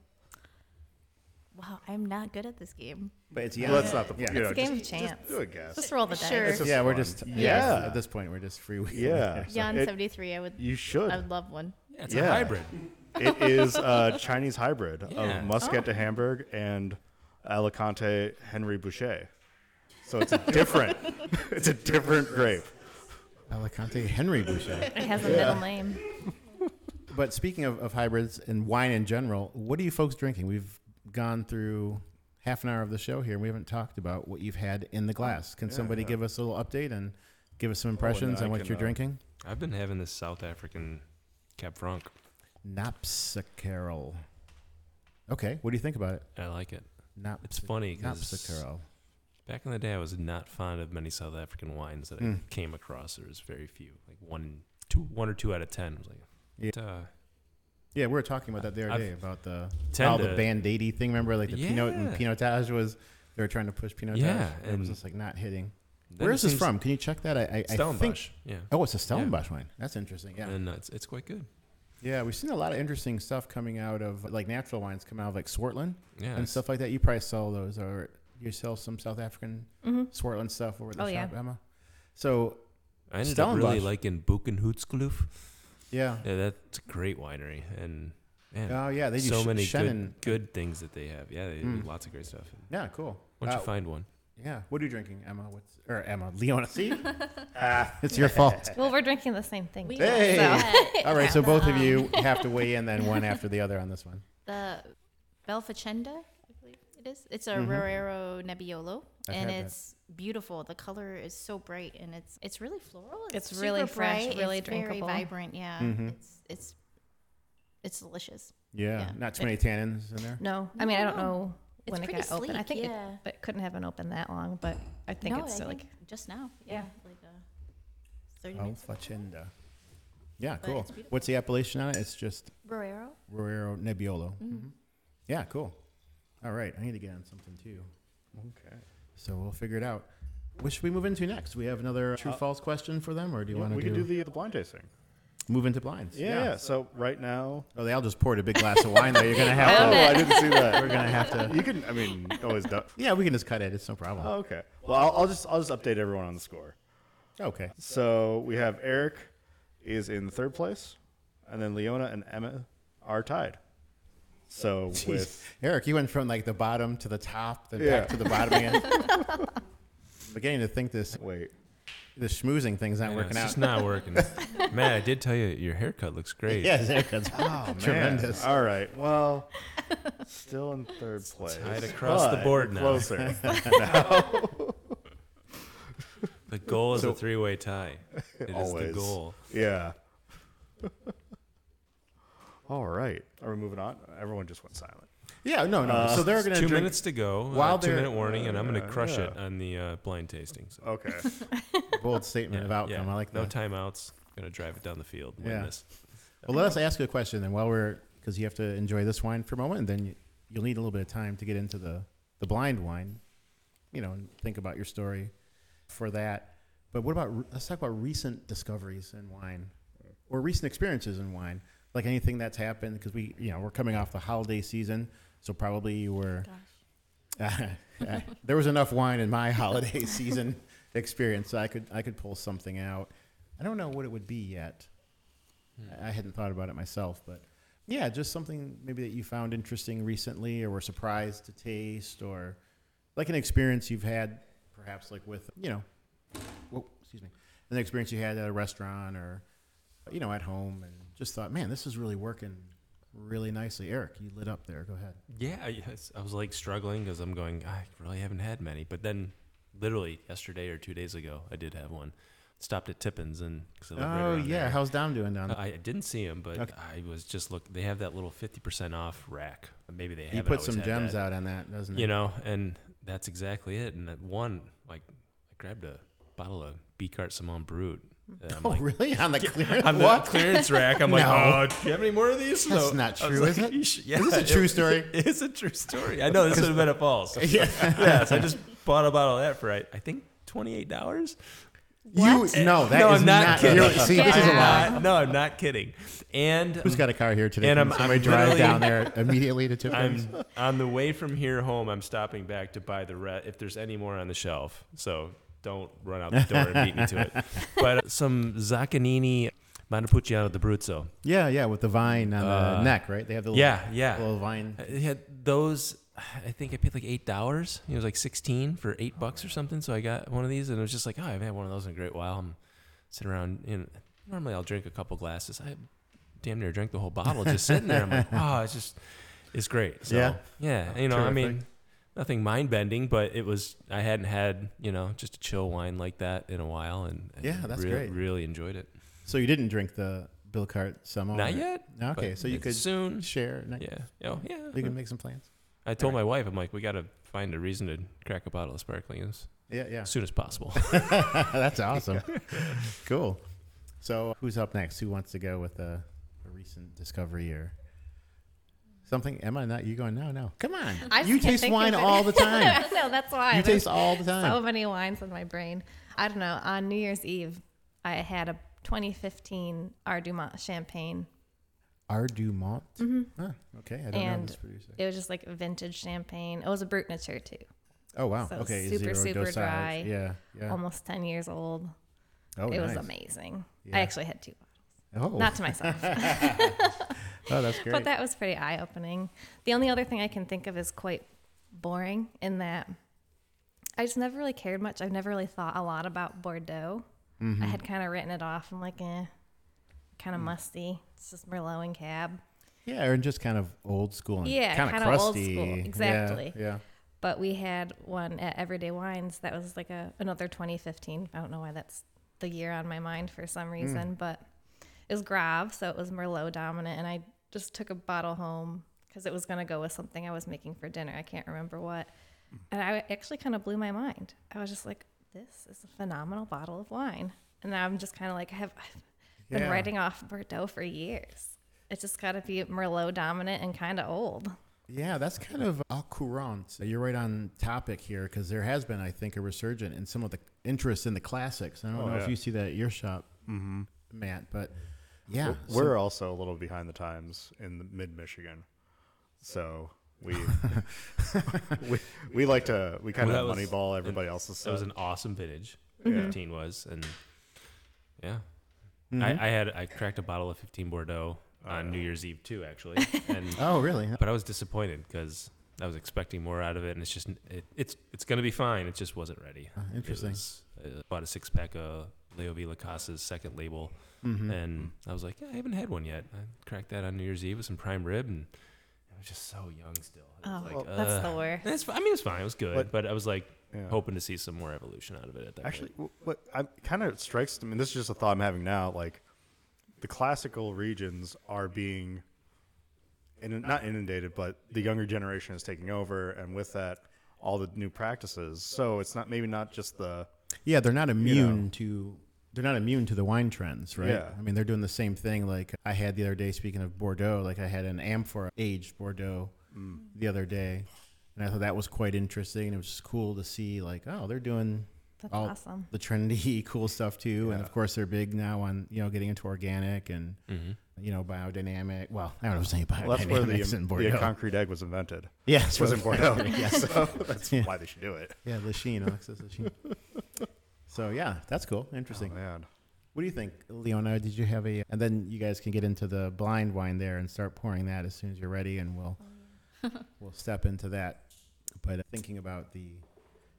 Speaker 4: Wow, I'm not good at this game.
Speaker 2: But it's Jan.
Speaker 1: Well, that's not the
Speaker 2: Yeah.
Speaker 1: point. You know,
Speaker 5: It's a game
Speaker 1: just,
Speaker 5: of chance.
Speaker 1: do a guess.
Speaker 5: Just roll the dice.
Speaker 4: Sure.
Speaker 1: It's a
Speaker 2: yeah, we're
Speaker 1: fun.
Speaker 2: just
Speaker 1: Yeah.
Speaker 2: At this point, we're just free.
Speaker 1: Yeah.
Speaker 4: Yan
Speaker 1: It-
Speaker 4: seventy three. I would.
Speaker 1: you should.
Speaker 4: I would love one.
Speaker 3: Yeah, it's
Speaker 1: Yeah.
Speaker 3: a hybrid.
Speaker 1: it is a Chinese hybrid
Speaker 3: Yeah.
Speaker 1: of Muscat
Speaker 5: Oh.
Speaker 1: de Hamburg and Alicante Henry Boucher. So it's a different, (laughs) it's a different grape.
Speaker 2: Alicante Henry Boucher.
Speaker 5: It has a middle name.
Speaker 2: But speaking of, of hybrids and wine in general, what are you folks drinking? We've gone through half an hour of the show here and we haven't talked about what you've had in the glass. Can somebody give us a little update and give
Speaker 3: Oh,
Speaker 2: us some impressions
Speaker 1: I
Speaker 2: on what
Speaker 1: can,
Speaker 2: you're
Speaker 1: uh,
Speaker 2: drinking?
Speaker 3: I've been having this South African Cab Franc.
Speaker 2: Napsacarol. Okay, what do you think about it?
Speaker 3: I like it.
Speaker 2: Naps-
Speaker 3: It's funny 'cause-
Speaker 2: Napsacarol.
Speaker 3: Back in the day, I was not fond of many South African wines that
Speaker 2: Hmm.
Speaker 3: I came across. There was very few, like one, two, one or two out of ten. I was like,
Speaker 2: Yeah.
Speaker 3: uh,
Speaker 2: Yeah, we were talking about that the other
Speaker 3: I've
Speaker 2: day about the
Speaker 3: tend
Speaker 2: all the
Speaker 3: to-
Speaker 2: band-aidy thing. Remember, like the Pinot and
Speaker 3: Yeah.
Speaker 2: Pinotage was they were trying to push Pinotage.
Speaker 3: Yeah,
Speaker 2: and it was
Speaker 3: and-
Speaker 2: just like not hitting.
Speaker 3: then
Speaker 2: Where
Speaker 3: it
Speaker 2: is this
Speaker 3: seems-
Speaker 2: from? Can you check that? I, I, I think.
Speaker 3: Stellenbosch. Yeah.
Speaker 2: Oh, it's a Stellenbosch wine. That's interesting. Yeah.
Speaker 3: and uh, it's it's quite good.
Speaker 2: Yeah, we've seen a lot of interesting stuff coming out of like natural wines coming out of like Swartland
Speaker 3: Yeah,
Speaker 2: and
Speaker 3: it's-
Speaker 2: stuff like that. You probably sell those or you sell some South African
Speaker 5: Mm-hmm.
Speaker 2: Swartland stuff over at the
Speaker 5: Oh, yeah.
Speaker 2: shop, Emma. So
Speaker 3: I ended up really
Speaker 2: Stellenbosch.
Speaker 3: liking Buchenhutskloof.
Speaker 2: yeah.
Speaker 3: Yeah, that's a great winery, and man,
Speaker 2: Oh yeah, they do
Speaker 3: so
Speaker 2: Sh-
Speaker 3: many
Speaker 2: Shannon.
Speaker 3: good, good things that they have. Yeah, they do
Speaker 2: Mm.
Speaker 3: lots of great stuff.
Speaker 2: Yeah, cool.
Speaker 3: Why don't
Speaker 2: Uh,
Speaker 3: you find one?
Speaker 2: yeah. What are you drinking, Emma? What's or Emma? Leona. See? ah, it's your fault.
Speaker 5: Well, we're drinking the same thing.
Speaker 4: We
Speaker 5: so-
Speaker 2: Hey. (laughs) All right, so
Speaker 4: Yeah.
Speaker 2: both of you have to weigh in then one after the other on this one.
Speaker 4: The Belfacenda, I believe it It is. It's a
Speaker 1: Mm-hmm.
Speaker 4: Rorero Nebbiolo,
Speaker 2: I've
Speaker 4: and
Speaker 2: had that.
Speaker 4: it's beautiful. The color is so bright, and it's it's really floral.
Speaker 5: It's really
Speaker 4: super
Speaker 5: fresh,
Speaker 4: bright,
Speaker 5: really
Speaker 4: it's
Speaker 5: drinkable.
Speaker 4: very vibrant. Yeah,
Speaker 1: Mm-hmm.
Speaker 4: it's it's it's delicious.
Speaker 2: Yeah,
Speaker 4: Yeah.
Speaker 2: not too many tannins in there.
Speaker 5: No, I mean I don't know
Speaker 4: It's
Speaker 5: when it
Speaker 4: pretty
Speaker 5: got open. I
Speaker 4: sleek,
Speaker 5: think, it-
Speaker 4: yeah.
Speaker 5: but it couldn't have been open that long. But I think
Speaker 4: no,
Speaker 5: it's
Speaker 4: I
Speaker 5: still, like
Speaker 4: think just now. Yeah,
Speaker 5: Yeah.
Speaker 4: like uh, thirty
Speaker 2: Oh,
Speaker 4: minutes.
Speaker 2: Fachenda. Yeah, cool.
Speaker 4: it's beautiful.
Speaker 2: What's the appellation on it? It's just
Speaker 4: Rorero.
Speaker 2: Rorero Nebbiolo.
Speaker 1: Mm-hmm.
Speaker 2: Mhm. Yeah, cool. All right, I need to get on something too.
Speaker 1: Okay.
Speaker 2: So we'll figure it out. What should we move into next? We have another true false question for them, or do you want to
Speaker 1: Uh, we
Speaker 2: do,
Speaker 1: could do the, the blind tasting.
Speaker 2: move into blinds?
Speaker 1: Yeah, yeah. So right now,
Speaker 2: Oh, they all just poured a big glass of wine there. You're gonna have
Speaker 1: oh, (laughs)
Speaker 2: to.
Speaker 1: I didn't see that.
Speaker 2: (laughs) We're gonna have to.
Speaker 1: You can. I mean, always. Do-
Speaker 2: Yeah, we can just cut it. It's no problem.
Speaker 1: oh, okay. Well, I'll, I'll just I'll just update everyone on the score.
Speaker 2: okay.
Speaker 1: So we have Eric is in third place, and then Leona and Emma are tied.
Speaker 3: (laughs)
Speaker 1: So
Speaker 2: Jeez.
Speaker 1: with
Speaker 2: Eric, you went from like the bottom to the top, then
Speaker 1: Yeah.
Speaker 2: back to the
Speaker 1: (laughs)
Speaker 2: bottom again. Beginning to think this
Speaker 3: (laughs)
Speaker 1: wait,
Speaker 2: the schmoozing thing's not
Speaker 3: I know,
Speaker 2: working
Speaker 3: it's
Speaker 2: out.
Speaker 3: just not working.
Speaker 2: (laughs)
Speaker 3: Matt, I did tell you your haircut looks great.
Speaker 2: yeah, his haircut's
Speaker 3: (laughs)
Speaker 2: tremendous.
Speaker 1: Oh, Man, all right. Well, still in third place.
Speaker 3: Tied across the
Speaker 1: but
Speaker 3: board now. (laughs)
Speaker 1: Closer.
Speaker 3: The goal is a three-way tie. It is
Speaker 1: Always.
Speaker 3: the goal.
Speaker 1: Yeah. (laughs) All right. Are we moving on? Everyone just went silent.
Speaker 2: Yeah, no, no.
Speaker 1: Uh,
Speaker 2: so they're gonna
Speaker 3: Two
Speaker 2: drink,
Speaker 3: minutes to go.
Speaker 2: While
Speaker 3: uh, two
Speaker 2: they're-
Speaker 3: minute warning, and I'm going to crush it
Speaker 1: yeah.
Speaker 3: on the uh, blind tasting. So.
Speaker 1: Okay.
Speaker 3: (laughs)
Speaker 2: bold statement of outcome. I like that.
Speaker 3: No timeouts. Going to drive it down the field. Win
Speaker 2: Yeah.
Speaker 3: this.
Speaker 2: Well, let us ask you a question then, while we're because you have to enjoy this wine for a moment, and then you, you'll need a little bit of time to get into the the blind wine, you know, and think about your story for that. But what about re- let's talk about recent discoveries in wine or recent experiences in wine, like anything that's happened because we, you know, we're coming off the holiday season, so probably you were. (laughs) there was enough wine in my (laughs) holiday season experience, so I could I could pull something out. I don't know what it would be yet. I I hadn't thought about it myself, but yeah, just something maybe that you found interesting recently or were surprised to taste or like an experience you've had perhaps like with, you know, whoa, excuse me, an experience you had at a restaurant or, you know, at home and just thought, man, this is really working really nicely. Eric, you lit up there. Go ahead.
Speaker 3: Yeah, I, yes, I was like struggling because I'm going. I really haven't had many, but then literally yesterday or two days ago, I did have one. Stopped at Tippins and 'cause I live right
Speaker 2: Oh,
Speaker 3: around
Speaker 2: yeah.
Speaker 3: there.
Speaker 2: How's Dom doing down there?
Speaker 3: I I didn't see him, but
Speaker 2: Okay.
Speaker 3: I was just look. They have that little fifty percent off rack. Maybe they
Speaker 2: He
Speaker 3: haven't
Speaker 2: put
Speaker 3: always
Speaker 2: some
Speaker 3: had
Speaker 2: gems
Speaker 3: that.
Speaker 2: out on that, doesn't he?
Speaker 3: you know, and that's exactly it. And that one, like, I grabbed a bottle of Bicart Simon Brut. and I'm
Speaker 2: (laughs) Oh,
Speaker 3: like,
Speaker 2: really?
Speaker 3: (laughs)
Speaker 2: On the clearance?
Speaker 3: on the
Speaker 2: what?
Speaker 3: clearance rack, I'm like,
Speaker 2: No.
Speaker 3: oh, do you have any more of these?
Speaker 2: That's
Speaker 3: So
Speaker 2: not
Speaker 3: I was
Speaker 2: true, is it?
Speaker 3: "Yeesh." Yeah,
Speaker 2: Is this a true
Speaker 3: it-
Speaker 2: story?
Speaker 3: (laughs) It's a true story. I know this would have been a false.
Speaker 2: (laughs) Yeah.
Speaker 3: yeah, so I just bought a bottle of that for I, I think twenty eight dollars.
Speaker 2: You no, that is
Speaker 3: no, I'm not,
Speaker 2: not,
Speaker 3: kidding.
Speaker 2: you're- See, this is a
Speaker 5: Yeah.
Speaker 2: lie.
Speaker 3: No, I'm not kidding. And
Speaker 2: Who's got a car here today?
Speaker 3: And
Speaker 2: Can
Speaker 3: I'm-
Speaker 2: somebody
Speaker 3: I'm
Speaker 2: drive
Speaker 3: literally-
Speaker 2: down
Speaker 3: (laughs)
Speaker 2: there immediately to Tiffany's?
Speaker 3: I'm on the way from here home. I'm stopping back to buy the re- if there's any more on the shelf. So don't run out the door and beat me to
Speaker 2: (laughs)
Speaker 3: it. But uh, some Zaccanini Montepulciano d'Abruzzo.
Speaker 2: Yeah, yeah, with the vine on the
Speaker 3: Uh,
Speaker 2: neck, right? They have the little,
Speaker 3: Yeah, yeah.
Speaker 2: little vine.
Speaker 3: I had those. I think I paid like eight dollars. It was like sixteen for eight bucks or something. So I got one of these, and it was just like, oh, I haven't had one of those in a great while. I'm sitting around, and normally I'll drink a couple glasses. I damn near drank the whole bottle
Speaker 2: (laughs)
Speaker 3: just sitting there. I'm like, oh, it's just, it's great. So,
Speaker 2: Yeah.
Speaker 3: yeah, yeah. You know, I mean, nothing mind bending, but it was. I hadn't had you know just a chill wine like that in a while, and, and
Speaker 2: Yeah, that's
Speaker 3: rea-
Speaker 2: great.
Speaker 3: Really enjoyed it.
Speaker 2: So you didn't drink the Bill Cart Samoa?
Speaker 3: Not yet.
Speaker 2: Okay,
Speaker 3: but
Speaker 2: so you could
Speaker 3: soon.
Speaker 2: share. Next.
Speaker 3: Yeah. Oh, yeah.
Speaker 2: You can make some plans.
Speaker 3: I told my wife, I'm like, we got to find a reason to crack a bottle of sparkling as
Speaker 2: Yeah, yeah.
Speaker 3: soon as possible.
Speaker 2: (laughs) That's awesome. cool. So who's up next? Who wants to go with a, a recent discovery or something? Emma, not you going? No, no. Come on.
Speaker 5: I
Speaker 2: you
Speaker 5: just can't
Speaker 2: taste
Speaker 5: think
Speaker 2: wine
Speaker 5: of it.
Speaker 2: all
Speaker 5: (laughs)
Speaker 2: the time.
Speaker 5: no, that's why
Speaker 2: you
Speaker 5: there's
Speaker 2: taste all the time.
Speaker 5: so many wines in my brain. I don't know. On New Year's Eve, I had a 2015 Ardumont champagne.
Speaker 2: Ardumont. Huh, okay, I don't know
Speaker 5: Mm-hmm. And-
Speaker 2: this producer.
Speaker 5: It was just like vintage champagne. It was a Brutnature too,
Speaker 2: Oh wow.
Speaker 5: so
Speaker 2: okay,
Speaker 5: super,
Speaker 2: zero
Speaker 5: super
Speaker 2: dosage.
Speaker 5: dry.
Speaker 2: Yeah, yeah.
Speaker 5: almost 10 years old.
Speaker 2: oh,
Speaker 5: it was
Speaker 2: nice.
Speaker 5: amazing.
Speaker 2: Yeah.
Speaker 5: I actually had two,
Speaker 2: Oh,
Speaker 5: not
Speaker 2: (laughs)
Speaker 5: to myself,
Speaker 2: oh, that's great.
Speaker 5: but that was pretty eye opening. The only other thing I can think of is quite boring in that I just never really cared much. I've never really thought a lot about Bordeaux.
Speaker 2: Mm-hmm.
Speaker 5: I had kind of written it off. I'm like, eh,
Speaker 2: Mm.
Speaker 5: kind of musty. It's just Merlot and Cab.
Speaker 2: yeah, and just kind of old school and
Speaker 5: Yeah,
Speaker 2: kind of
Speaker 5: kinda old
Speaker 2: crusty.
Speaker 5: school,
Speaker 2: Yeah,
Speaker 5: exactly.
Speaker 2: Yeah.
Speaker 5: But we had one at Everyday Wines that was like a another 2015. I don't know why that's the year on my mind for some reason, but it was Grav, so it was Merlot dominant, and I just took a bottle home because it was gonna go with something I was making for dinner. I can't remember what, and I actually kind of blew my mind. I was just like, "This is a phenomenal bottle of wine," and now I'm just kind of like, "I have." I've been
Speaker 2: Yeah.
Speaker 5: writing off Bordeaux for years. It's just got to be Merlot dominant and kind of old.
Speaker 2: Yeah, that's kind of au courant. You're right on topic here because there has been, I think, a resurgent in some of the interest in the classics. I
Speaker 1: Oh,
Speaker 2: don't know if
Speaker 1: yeah. Mm-hmm.
Speaker 2: you see that at your shop, Matt, but yeah, so-
Speaker 1: We're also a little behind the times in the mid Michigan. So we, (laughs) we we like to we kind
Speaker 3: Well,
Speaker 1: of
Speaker 3: that was-
Speaker 1: moneyball everybody else's
Speaker 3: That was
Speaker 1: stuff.
Speaker 3: an awesome vintage.
Speaker 1: Yeah.
Speaker 3: 15 was. And yeah. I, I had I cracked a bottle of 15 Bordeaux on New Year's Eve too, actually. And
Speaker 2: oh, really?
Speaker 3: but I was disappointed because I was expecting more out of it, and it's just it, it's it's gonna be fine. It just wasn't ready. It
Speaker 2: interesting.
Speaker 3: was- uh, bought a six pack of Leo V Lacasa's second label, and I was like, yeah, I haven't had one yet. I cracked that on New Year's Eve with some prime rib, and I was just so young still. It was
Speaker 5: Oh,
Speaker 3: like,
Speaker 5: that's the
Speaker 3: "Ugh."
Speaker 5: worst.
Speaker 3: It's, I mean, it's fine. It was good,
Speaker 1: But-
Speaker 3: but, I was like
Speaker 1: Yeah.
Speaker 3: hoping to see some more evolution out of it. At that
Speaker 1: Actually,
Speaker 3: point.
Speaker 1: w- what I kind of strikes me, and this is just a thought I'm having now, like the classical regions are being in, not inundated, but the younger generation is taking over, and with that, all the new practices. So it's not maybe not just the
Speaker 2: Yeah, they're not immune
Speaker 1: know.
Speaker 2: to they're not immune to the wine trends, right?
Speaker 1: Yeah.
Speaker 2: I mean, they're doing the same thing. Like I had the other day, speaking of Bordeaux, like I had an amphora aged Bordeaux
Speaker 1: Mm.
Speaker 2: the other day, and I thought that was quite interesting. And it was just cool to see, like, oh, they're doing
Speaker 5: That's
Speaker 2: all
Speaker 5: awesome.
Speaker 2: the trendy, (laughs) cool stuff too. And of course, they're big now on you know getting into organic and you know biodynamic. Well, I don't know if I'm saying biodynamics
Speaker 1: Mm-hmm. well, that's where the,
Speaker 2: in
Speaker 1: the
Speaker 2: Bordeaux.
Speaker 1: concrete egg was invented.
Speaker 2: yeah, that's
Speaker 1: was
Speaker 2: what-
Speaker 1: in Bordeaux. (laughs) so that's
Speaker 2: Yeah.
Speaker 1: why they should do it.
Speaker 2: Yeah, Lachine, Alexis
Speaker 1: (laughs)
Speaker 2: Lachine. so yeah, that's cool, interesting.
Speaker 1: Oh, Man,
Speaker 2: What do you think, Leona? Did you have a? And then you guys can get into the blind wine there and start pouring that as soon as you're ready, and
Speaker 4: (laughs)
Speaker 2: we'll we'll step into that. But thinking about the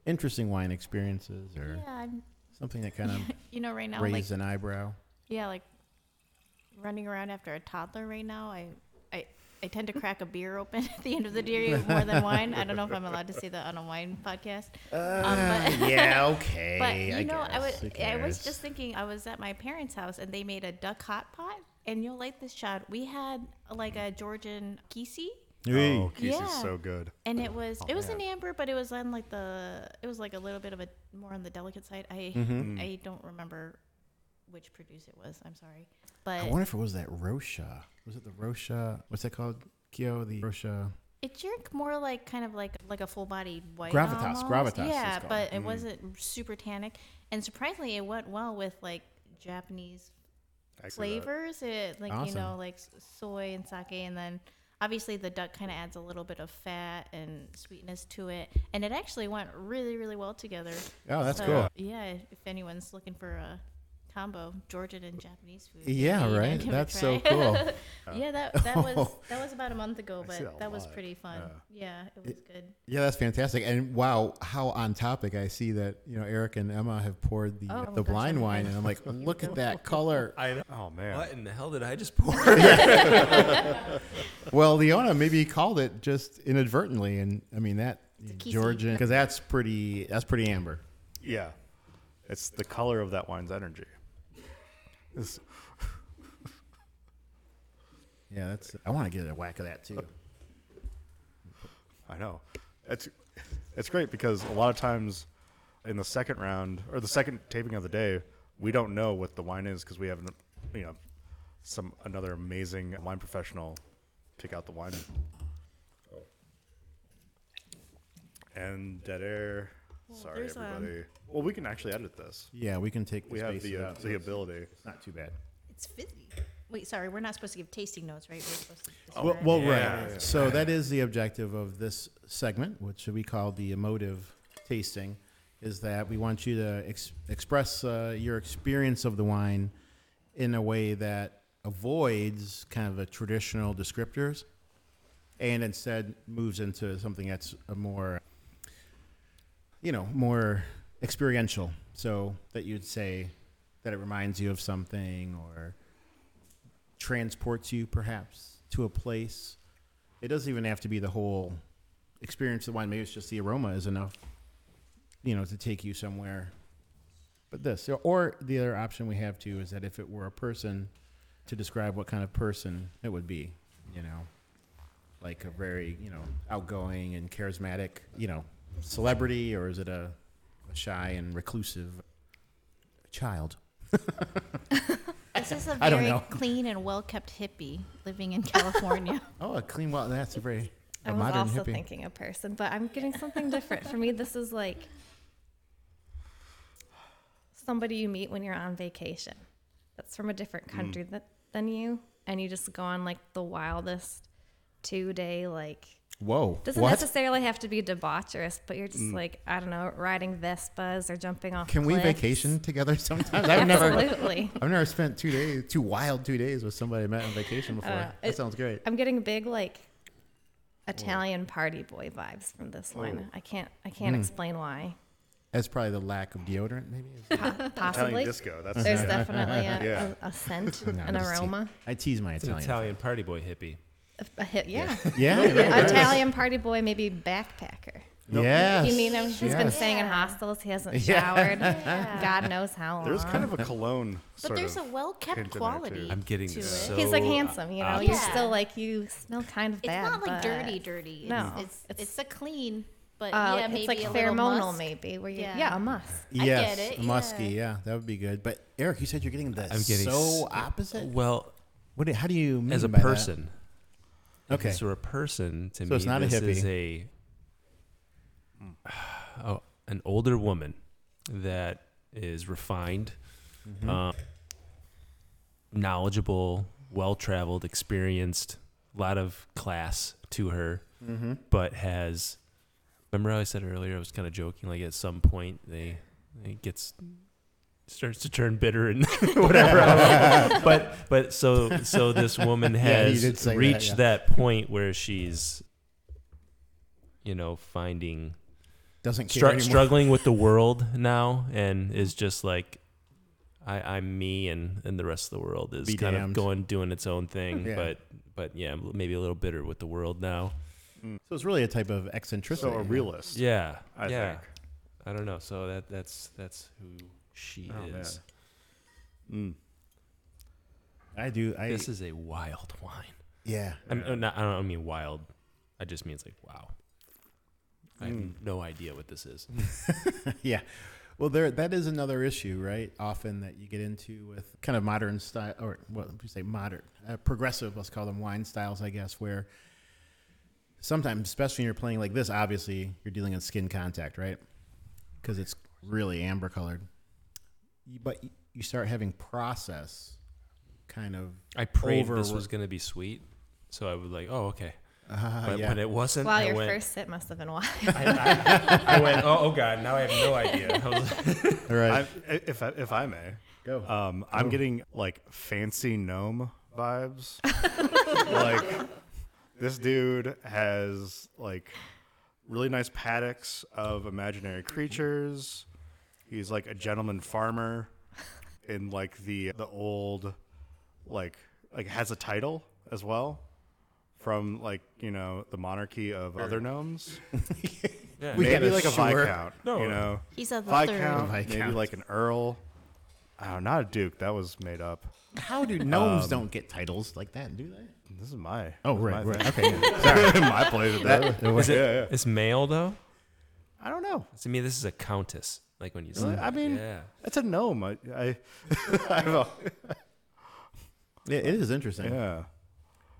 Speaker 2: interesting wine experiences or
Speaker 4: Yeah, I'm,
Speaker 2: something that kind of
Speaker 4: you know, right (laughs) now, like
Speaker 2: raised an eyebrow.
Speaker 4: yeah, like running around after a toddler right now. I, I, I tend to crack a beer open (laughs) at the end of
Speaker 2: (laughs)
Speaker 4: the day more than wine. I don't know if I'm allowed to say that on a wine podcast. (laughs) Um, but,
Speaker 2: Uh, (laughs) yeah, okay.
Speaker 4: but you know, I was
Speaker 2: guess. Who
Speaker 4: I was
Speaker 2: cares?
Speaker 4: just thinking. I was at my parents' house and they made a duck hot pot. And you'll like this shot. We had like a Georgian kisi.
Speaker 1: oh, Keese
Speaker 4: Yeah.
Speaker 1: is so good.
Speaker 4: And
Speaker 2: Oh,
Speaker 4: it was it was an amber, but it was on like the it was like a little bit of a more on the delicate side. I
Speaker 2: Mm-hmm. Mm. Hmm.
Speaker 4: I don't remember which produce it was. I'm sorry, but
Speaker 2: I wonder if it was that Rocha. Was it the Rocha? What's that called? Kyo, the Rocha.
Speaker 4: it drank more like kind of like like a full bodied white
Speaker 2: Gravitas,
Speaker 4: almost.
Speaker 2: gravitas it's
Speaker 4: Yeah,
Speaker 2: called. Hmm.
Speaker 4: but it wasn't super tannic, and surprisingly, it went well with like Japanese
Speaker 1: I see that.
Speaker 4: flavors. It like you
Speaker 2: Awesome.
Speaker 4: know like s- soy and sake, and then obviously the duck kind of adds a little bit of fat and sweetness to it, and it actually went really really well together.
Speaker 2: Oh, that's
Speaker 4: So,
Speaker 2: cool.
Speaker 4: Yeah, if anyone's looking for a combo, Georgian and Japanese food.
Speaker 2: Yeah,
Speaker 4: maybe
Speaker 2: right.
Speaker 4: give it a
Speaker 2: That's so
Speaker 4: try.
Speaker 2: cool.
Speaker 4: (laughs) yeah, that
Speaker 2: (laughs)
Speaker 4: that was that was about a month ago,
Speaker 1: see
Speaker 4: but
Speaker 1: that a
Speaker 4: that, was
Speaker 1: lot.
Speaker 4: pretty fun. Yeah, it was good.
Speaker 2: Yeah, that's fantastic. And wow, how on topic I see that, you know, Eric and Emma have poured the
Speaker 4: Oh,
Speaker 2: the
Speaker 4: gosh,
Speaker 2: blind
Speaker 4: I'm
Speaker 2: wine and I'm like, look at (laughs) that color.
Speaker 1: Oh man,
Speaker 3: what in the hell did I just pour?
Speaker 2: Well, Leona maybe called it just inadvertently and I mean that
Speaker 4: Kisi.
Speaker 2: Georgian cuz that's pretty that's pretty amber.
Speaker 1: yeah, it's the color of that wine's energy. It's-
Speaker 2: Yeah, that's I want to get a whack of that too.
Speaker 1: I know. It's it's great because a lot of times in the second round or the second taping of the day, we don't know what the wine is because we have, you know, some another amazing wine professional pick out the wine. And dead air. Sorry,
Speaker 4: there's, um,
Speaker 1: everybody. well, we can actually edit this.
Speaker 2: Yeah, we can take the
Speaker 1: We have
Speaker 2: spaces
Speaker 1: the uh,
Speaker 2: out, so
Speaker 1: the
Speaker 2: it's
Speaker 1: ability.
Speaker 2: not too bad.
Speaker 4: It's fizzy. Wait, sorry, we're not supposed to give tasting notes, right? We're supposed to.
Speaker 2: Well,
Speaker 4: describe
Speaker 2: Oh, well
Speaker 4: it.
Speaker 2: right. So that is the objective of this segment, which we call the emotive tasting, is that we want you to ex- express uh, your experience of the wine in a way that avoids kind of the traditional descriptors and instead moves into something that's a more you know, more experiential. So that you'd say that it reminds you of something or transports you perhaps to a place. It doesn't even have to be the whole experience the wine. Maybe it's just the aroma is enough, you know, to take you somewhere. But this, or the other option we have too, is that if it were a person, to describe what kind of person it would be, you know, like a very you know outgoing and charismatic, you know, celebrity, or is it a, a shy and reclusive child?
Speaker 4: This is a
Speaker 2: (laughs) I don't
Speaker 4: very
Speaker 2: know.
Speaker 4: clean and well kept hippie living
Speaker 2: (laughs)
Speaker 4: in (laughs) California.
Speaker 2: Oh, a clean. Well, that's a very a
Speaker 5: I was
Speaker 2: modern
Speaker 5: also
Speaker 2: hippie.
Speaker 5: thinking a person, but I'm getting something different. For me, this is like somebody you meet when you're on vacation. That's from a different
Speaker 2: Mm.
Speaker 5: country that, than you, and you just go on like the wildest two day like.
Speaker 2: Whoa!
Speaker 5: Doesn't
Speaker 2: what? Mm.
Speaker 5: necessarily have to be debaucherous, but you're just like I don't know, riding Vespas or jumping off.
Speaker 2: Can we
Speaker 5: cliffs.
Speaker 2: vacation together (laughs) sometimes? I've never,
Speaker 5: Absolutely.
Speaker 2: I've never spent two days, two wild two days with somebody I met on vacation before.
Speaker 5: know.
Speaker 2: that
Speaker 5: Uh, It-
Speaker 2: sounds great.
Speaker 5: I'm getting big like Italian party boy vibes from this one. I can't I
Speaker 2: Mm.
Speaker 5: can't explain why.
Speaker 2: That's probably the lack of deodorant, maybe.
Speaker 5: (laughs)
Speaker 1: (laughs)
Speaker 5: Po-
Speaker 1: Italian
Speaker 5: Possibly.
Speaker 1: disco. That's (laughs)
Speaker 5: There's definitely a,
Speaker 1: Yeah.
Speaker 5: a, a scent,
Speaker 2: No,
Speaker 5: an
Speaker 2: I'm just te-
Speaker 5: aroma.
Speaker 2: I tease my
Speaker 3: It's an
Speaker 2: Italian.
Speaker 3: Italian party boy hippie.
Speaker 5: A hit, yeah.
Speaker 2: Yeah, (laughs)
Speaker 5: (laughs)
Speaker 2: yeah.
Speaker 5: Italian party boy, maybe backpacker.
Speaker 2: Yes.
Speaker 5: You mean him? He's been
Speaker 2: Yes.
Speaker 5: staying in hostels. He hasn't showered. God knows how long.
Speaker 1: There's kind of a cologne.
Speaker 4: But
Speaker 1: sort
Speaker 4: there's a
Speaker 1: of
Speaker 4: well
Speaker 1: hint
Speaker 4: kept
Speaker 1: in there,
Speaker 4: quality.
Speaker 1: too.
Speaker 3: I'm getting
Speaker 4: To it.
Speaker 3: so
Speaker 5: He's like handsome, you know.
Speaker 3: ob-
Speaker 5: You're
Speaker 4: Yeah.
Speaker 5: still like you smell kind of
Speaker 4: it's
Speaker 5: bad.
Speaker 4: not like
Speaker 5: but,
Speaker 4: dirty, dirty. It's,
Speaker 5: No,
Speaker 4: it's,
Speaker 5: it's-
Speaker 4: it's a clean, but
Speaker 5: Uh,
Speaker 4: yeah,
Speaker 5: it's
Speaker 4: maybe
Speaker 5: like
Speaker 4: a little
Speaker 5: pheromonal,
Speaker 4: musk.
Speaker 5: maybe. Where you, yeah.
Speaker 4: Yeah.
Speaker 5: a musk.
Speaker 2: (laughs) Yes,
Speaker 4: get it,
Speaker 2: a musky.
Speaker 4: yeah.
Speaker 2: Yeah, that would be good. But Eric, you said you're getting the
Speaker 3: I'm getting
Speaker 2: so
Speaker 3: s-
Speaker 2: opposite.
Speaker 3: Well,
Speaker 2: What? do- How do you mean
Speaker 3: as a
Speaker 2: by that?
Speaker 3: person. If
Speaker 2: Okay.
Speaker 3: This were a person to
Speaker 2: So
Speaker 3: me.
Speaker 2: it's not a
Speaker 3: this is
Speaker 2: hippie.
Speaker 3: a (sighs) oh, an older woman that is refined,
Speaker 2: Mm-hmm.
Speaker 3: uh, knowledgeable, well traveled, experienced, a lot of class to her, but has. Remember how I said earlier I was kind of joking. Like at some point they it gets starts to turn bitter and (laughs)
Speaker 2: (laughs)
Speaker 3: whatever. I don't know. But but so so this woman
Speaker 2: Yeah, you
Speaker 3: has
Speaker 2: did say that,
Speaker 3: reached
Speaker 2: yeah.
Speaker 3: that point where she's you know finding
Speaker 2: Doesn't care
Speaker 3: str-
Speaker 2: anymore.
Speaker 3: struggling with
Speaker 2: (laughs)
Speaker 3: the world now and is just like I, I'm me and, and the rest of the world is
Speaker 2: Be
Speaker 3: kind
Speaker 2: damned.
Speaker 3: of going doing its own thing.
Speaker 2: Yeah.
Speaker 3: But but yeah, I'm maybe a little bitter with the world now.
Speaker 2: So it's really a type of eccentricity.
Speaker 1: so a realist.
Speaker 3: Yeah.
Speaker 1: I
Speaker 3: yeah.
Speaker 1: think.
Speaker 3: I don't know. So that that's that's who she
Speaker 1: Oh, man.
Speaker 3: is.
Speaker 1: Mm.
Speaker 2: I do. I
Speaker 3: This is a wild wine.
Speaker 2: yeah.
Speaker 3: I'm, uh, not, I don't I mean wild. I just mean it's like wow. I have
Speaker 1: Mm.
Speaker 3: no idea what this is.
Speaker 2: yeah. Well, there that is another issue, right? Often that you get into with kind of modern style, or what we say, modern, uh, progressive. Let's call them wine styles, I guess. Where sometimes, especially when you're playing like this, obviously you're dealing in skin contact, right? Because it's really amber colored. You- But you- you start having process, kind of.
Speaker 3: I prayed this
Speaker 2: Overwor-
Speaker 3: was going to be sweet, so I was like, oh okay.
Speaker 1: Ah,
Speaker 2: Uh,
Speaker 3: But when it wasn't,
Speaker 5: Wow,
Speaker 3: I
Speaker 5: your
Speaker 3: went,
Speaker 5: first sip must have been wild.
Speaker 3: I went, oh, oh god, now I have no idea. I was like,
Speaker 2: All right.
Speaker 1: I, if I, if I may,
Speaker 2: Go.
Speaker 1: Um, I'm getting like fancy gnome vibes. (laughs) like this dude has like really nice paddocks of imaginary creatures. He's like a gentleman farmer in like the the old like like has a title as well from like you know the monarchy of other gnomes.
Speaker 3: Yeah.
Speaker 2: We-
Speaker 1: Maybe
Speaker 2: gotta
Speaker 1: like a
Speaker 2: sure.
Speaker 1: viscount.
Speaker 3: No.
Speaker 1: you know.
Speaker 4: He's a the
Speaker 1: Viscount,
Speaker 4: third.
Speaker 1: maybe
Speaker 2: Viscount.
Speaker 1: like an earl. Oh, not a duke. That was made up.
Speaker 2: How do gnomes
Speaker 1: Um,
Speaker 2: don't get titles like that? Do they?
Speaker 1: This is my.
Speaker 2: Oh,
Speaker 1: this is
Speaker 2: right,
Speaker 1: my
Speaker 2: right.
Speaker 1: thing.
Speaker 2: Okay.
Speaker 1: (laughs)
Speaker 2: yeah. (laughs)
Speaker 1: my place at that.
Speaker 3: Is it-
Speaker 1: yeah, yeah.
Speaker 3: It's male though.
Speaker 1: I don't know.
Speaker 3: To me, this is a countess. Like when you say,
Speaker 1: I mean,
Speaker 3: yeah,
Speaker 1: it's a gnome. I, I, I have a,
Speaker 2: Yeah, it is interesting.
Speaker 1: yeah.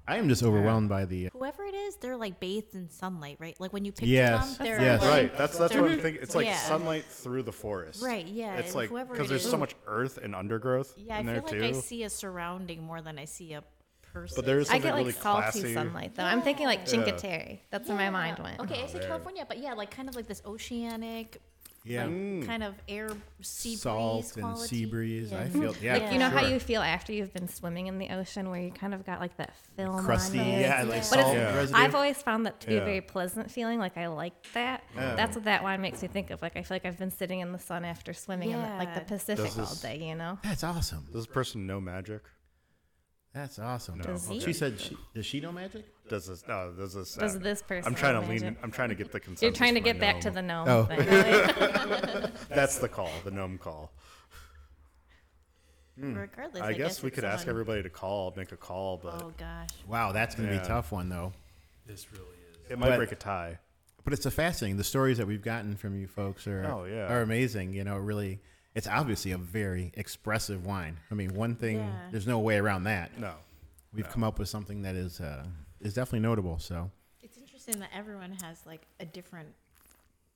Speaker 2: I am just overwhelmed by the
Speaker 4: Whoever it is, they're like bathed in sunlight, right? Like when you picture
Speaker 2: Yes.
Speaker 4: them, they're
Speaker 2: Yes.
Speaker 4: like,
Speaker 1: Right. That's that's what I'm
Speaker 4: Mhm.
Speaker 1: thinking. It's like
Speaker 4: Yeah.
Speaker 1: sunlight through the forest.
Speaker 4: Right, yeah,
Speaker 1: It's
Speaker 4: and
Speaker 1: like
Speaker 4: whoever
Speaker 1: because
Speaker 4: it
Speaker 1: there's so
Speaker 4: is-
Speaker 1: much earth and undergrowth
Speaker 4: Yeah, I
Speaker 1: in there
Speaker 4: feel like I
Speaker 1: too.
Speaker 4: see a surrounding more than I see a person.
Speaker 1: but there's
Speaker 5: I
Speaker 1: something
Speaker 5: get like
Speaker 1: really
Speaker 5: salty
Speaker 1: classy.
Speaker 5: sunlight though. I'm thinking like
Speaker 1: Yeah.
Speaker 5: Chincotery. That's where my mind went.
Speaker 1: Oh,
Speaker 4: Okay, I say California, but yeah, like kind of like this oceanic,
Speaker 2: yeah.
Speaker 4: like,
Speaker 1: Mm.
Speaker 4: kind of air sea breeze
Speaker 2: salt and
Speaker 4: quality.
Speaker 2: sea breeze. I
Speaker 4: Yeah.
Speaker 2: feel yeah.
Speaker 5: Like you know how
Speaker 2: sure.
Speaker 5: you feel after you've been swimming in the ocean, where you kind of got like that film
Speaker 2: crusty,
Speaker 5: on you.
Speaker 2: yeah, like
Speaker 5: But it's-
Speaker 2: salt
Speaker 1: Yeah.
Speaker 2: residue.
Speaker 5: I've always found that to be
Speaker 1: Yeah.
Speaker 5: a very pleasant feeling. Like I like that. That's what that wine makes me think of. Like I feel like I've been sitting in the sun after swimming in the, like the
Speaker 4: Yeah.
Speaker 5: Pacific
Speaker 1: This
Speaker 5: all
Speaker 1: is-
Speaker 5: day. You know.
Speaker 2: That's awesome.
Speaker 1: Does this person know magic?
Speaker 2: That's awesome.
Speaker 1: No.
Speaker 5: Does he?
Speaker 2: She said, she, "Does she know magic?"
Speaker 1: Does this? No, does this?
Speaker 5: Does this person
Speaker 1: I'm trying to
Speaker 5: know
Speaker 1: lean.
Speaker 5: magic?
Speaker 1: I'm trying to
Speaker 4: (laughs)
Speaker 1: get the consensus.
Speaker 5: You're trying to
Speaker 1: for
Speaker 5: get
Speaker 1: my
Speaker 5: back to
Speaker 1: gnome.
Speaker 5: the gnome
Speaker 2: Oh.
Speaker 5: thing.
Speaker 2: (laughs)
Speaker 5: Like,
Speaker 1: That's the call. The gnome call.
Speaker 4: Regardless,
Speaker 1: I, guess, we
Speaker 4: it's
Speaker 1: could ask
Speaker 4: someone-
Speaker 1: everybody to call, make a call, but
Speaker 4: Oh gosh,
Speaker 2: Wow, that's going to be
Speaker 1: Yeah.
Speaker 2: a tough one though.
Speaker 3: This really is.
Speaker 1: it might
Speaker 2: But-
Speaker 1: break a tie.
Speaker 2: But it's a fascinating. The stories that we've gotten from you folks are
Speaker 1: Oh, yeah.
Speaker 2: are amazing. You know, really, it's obviously a very expressive wine. I mean, one thing,
Speaker 4: Yeah.
Speaker 2: there's no way around that.
Speaker 1: No.
Speaker 2: We've come up with something that is uh, is definitely notable. So
Speaker 4: it's interesting that everyone has like a different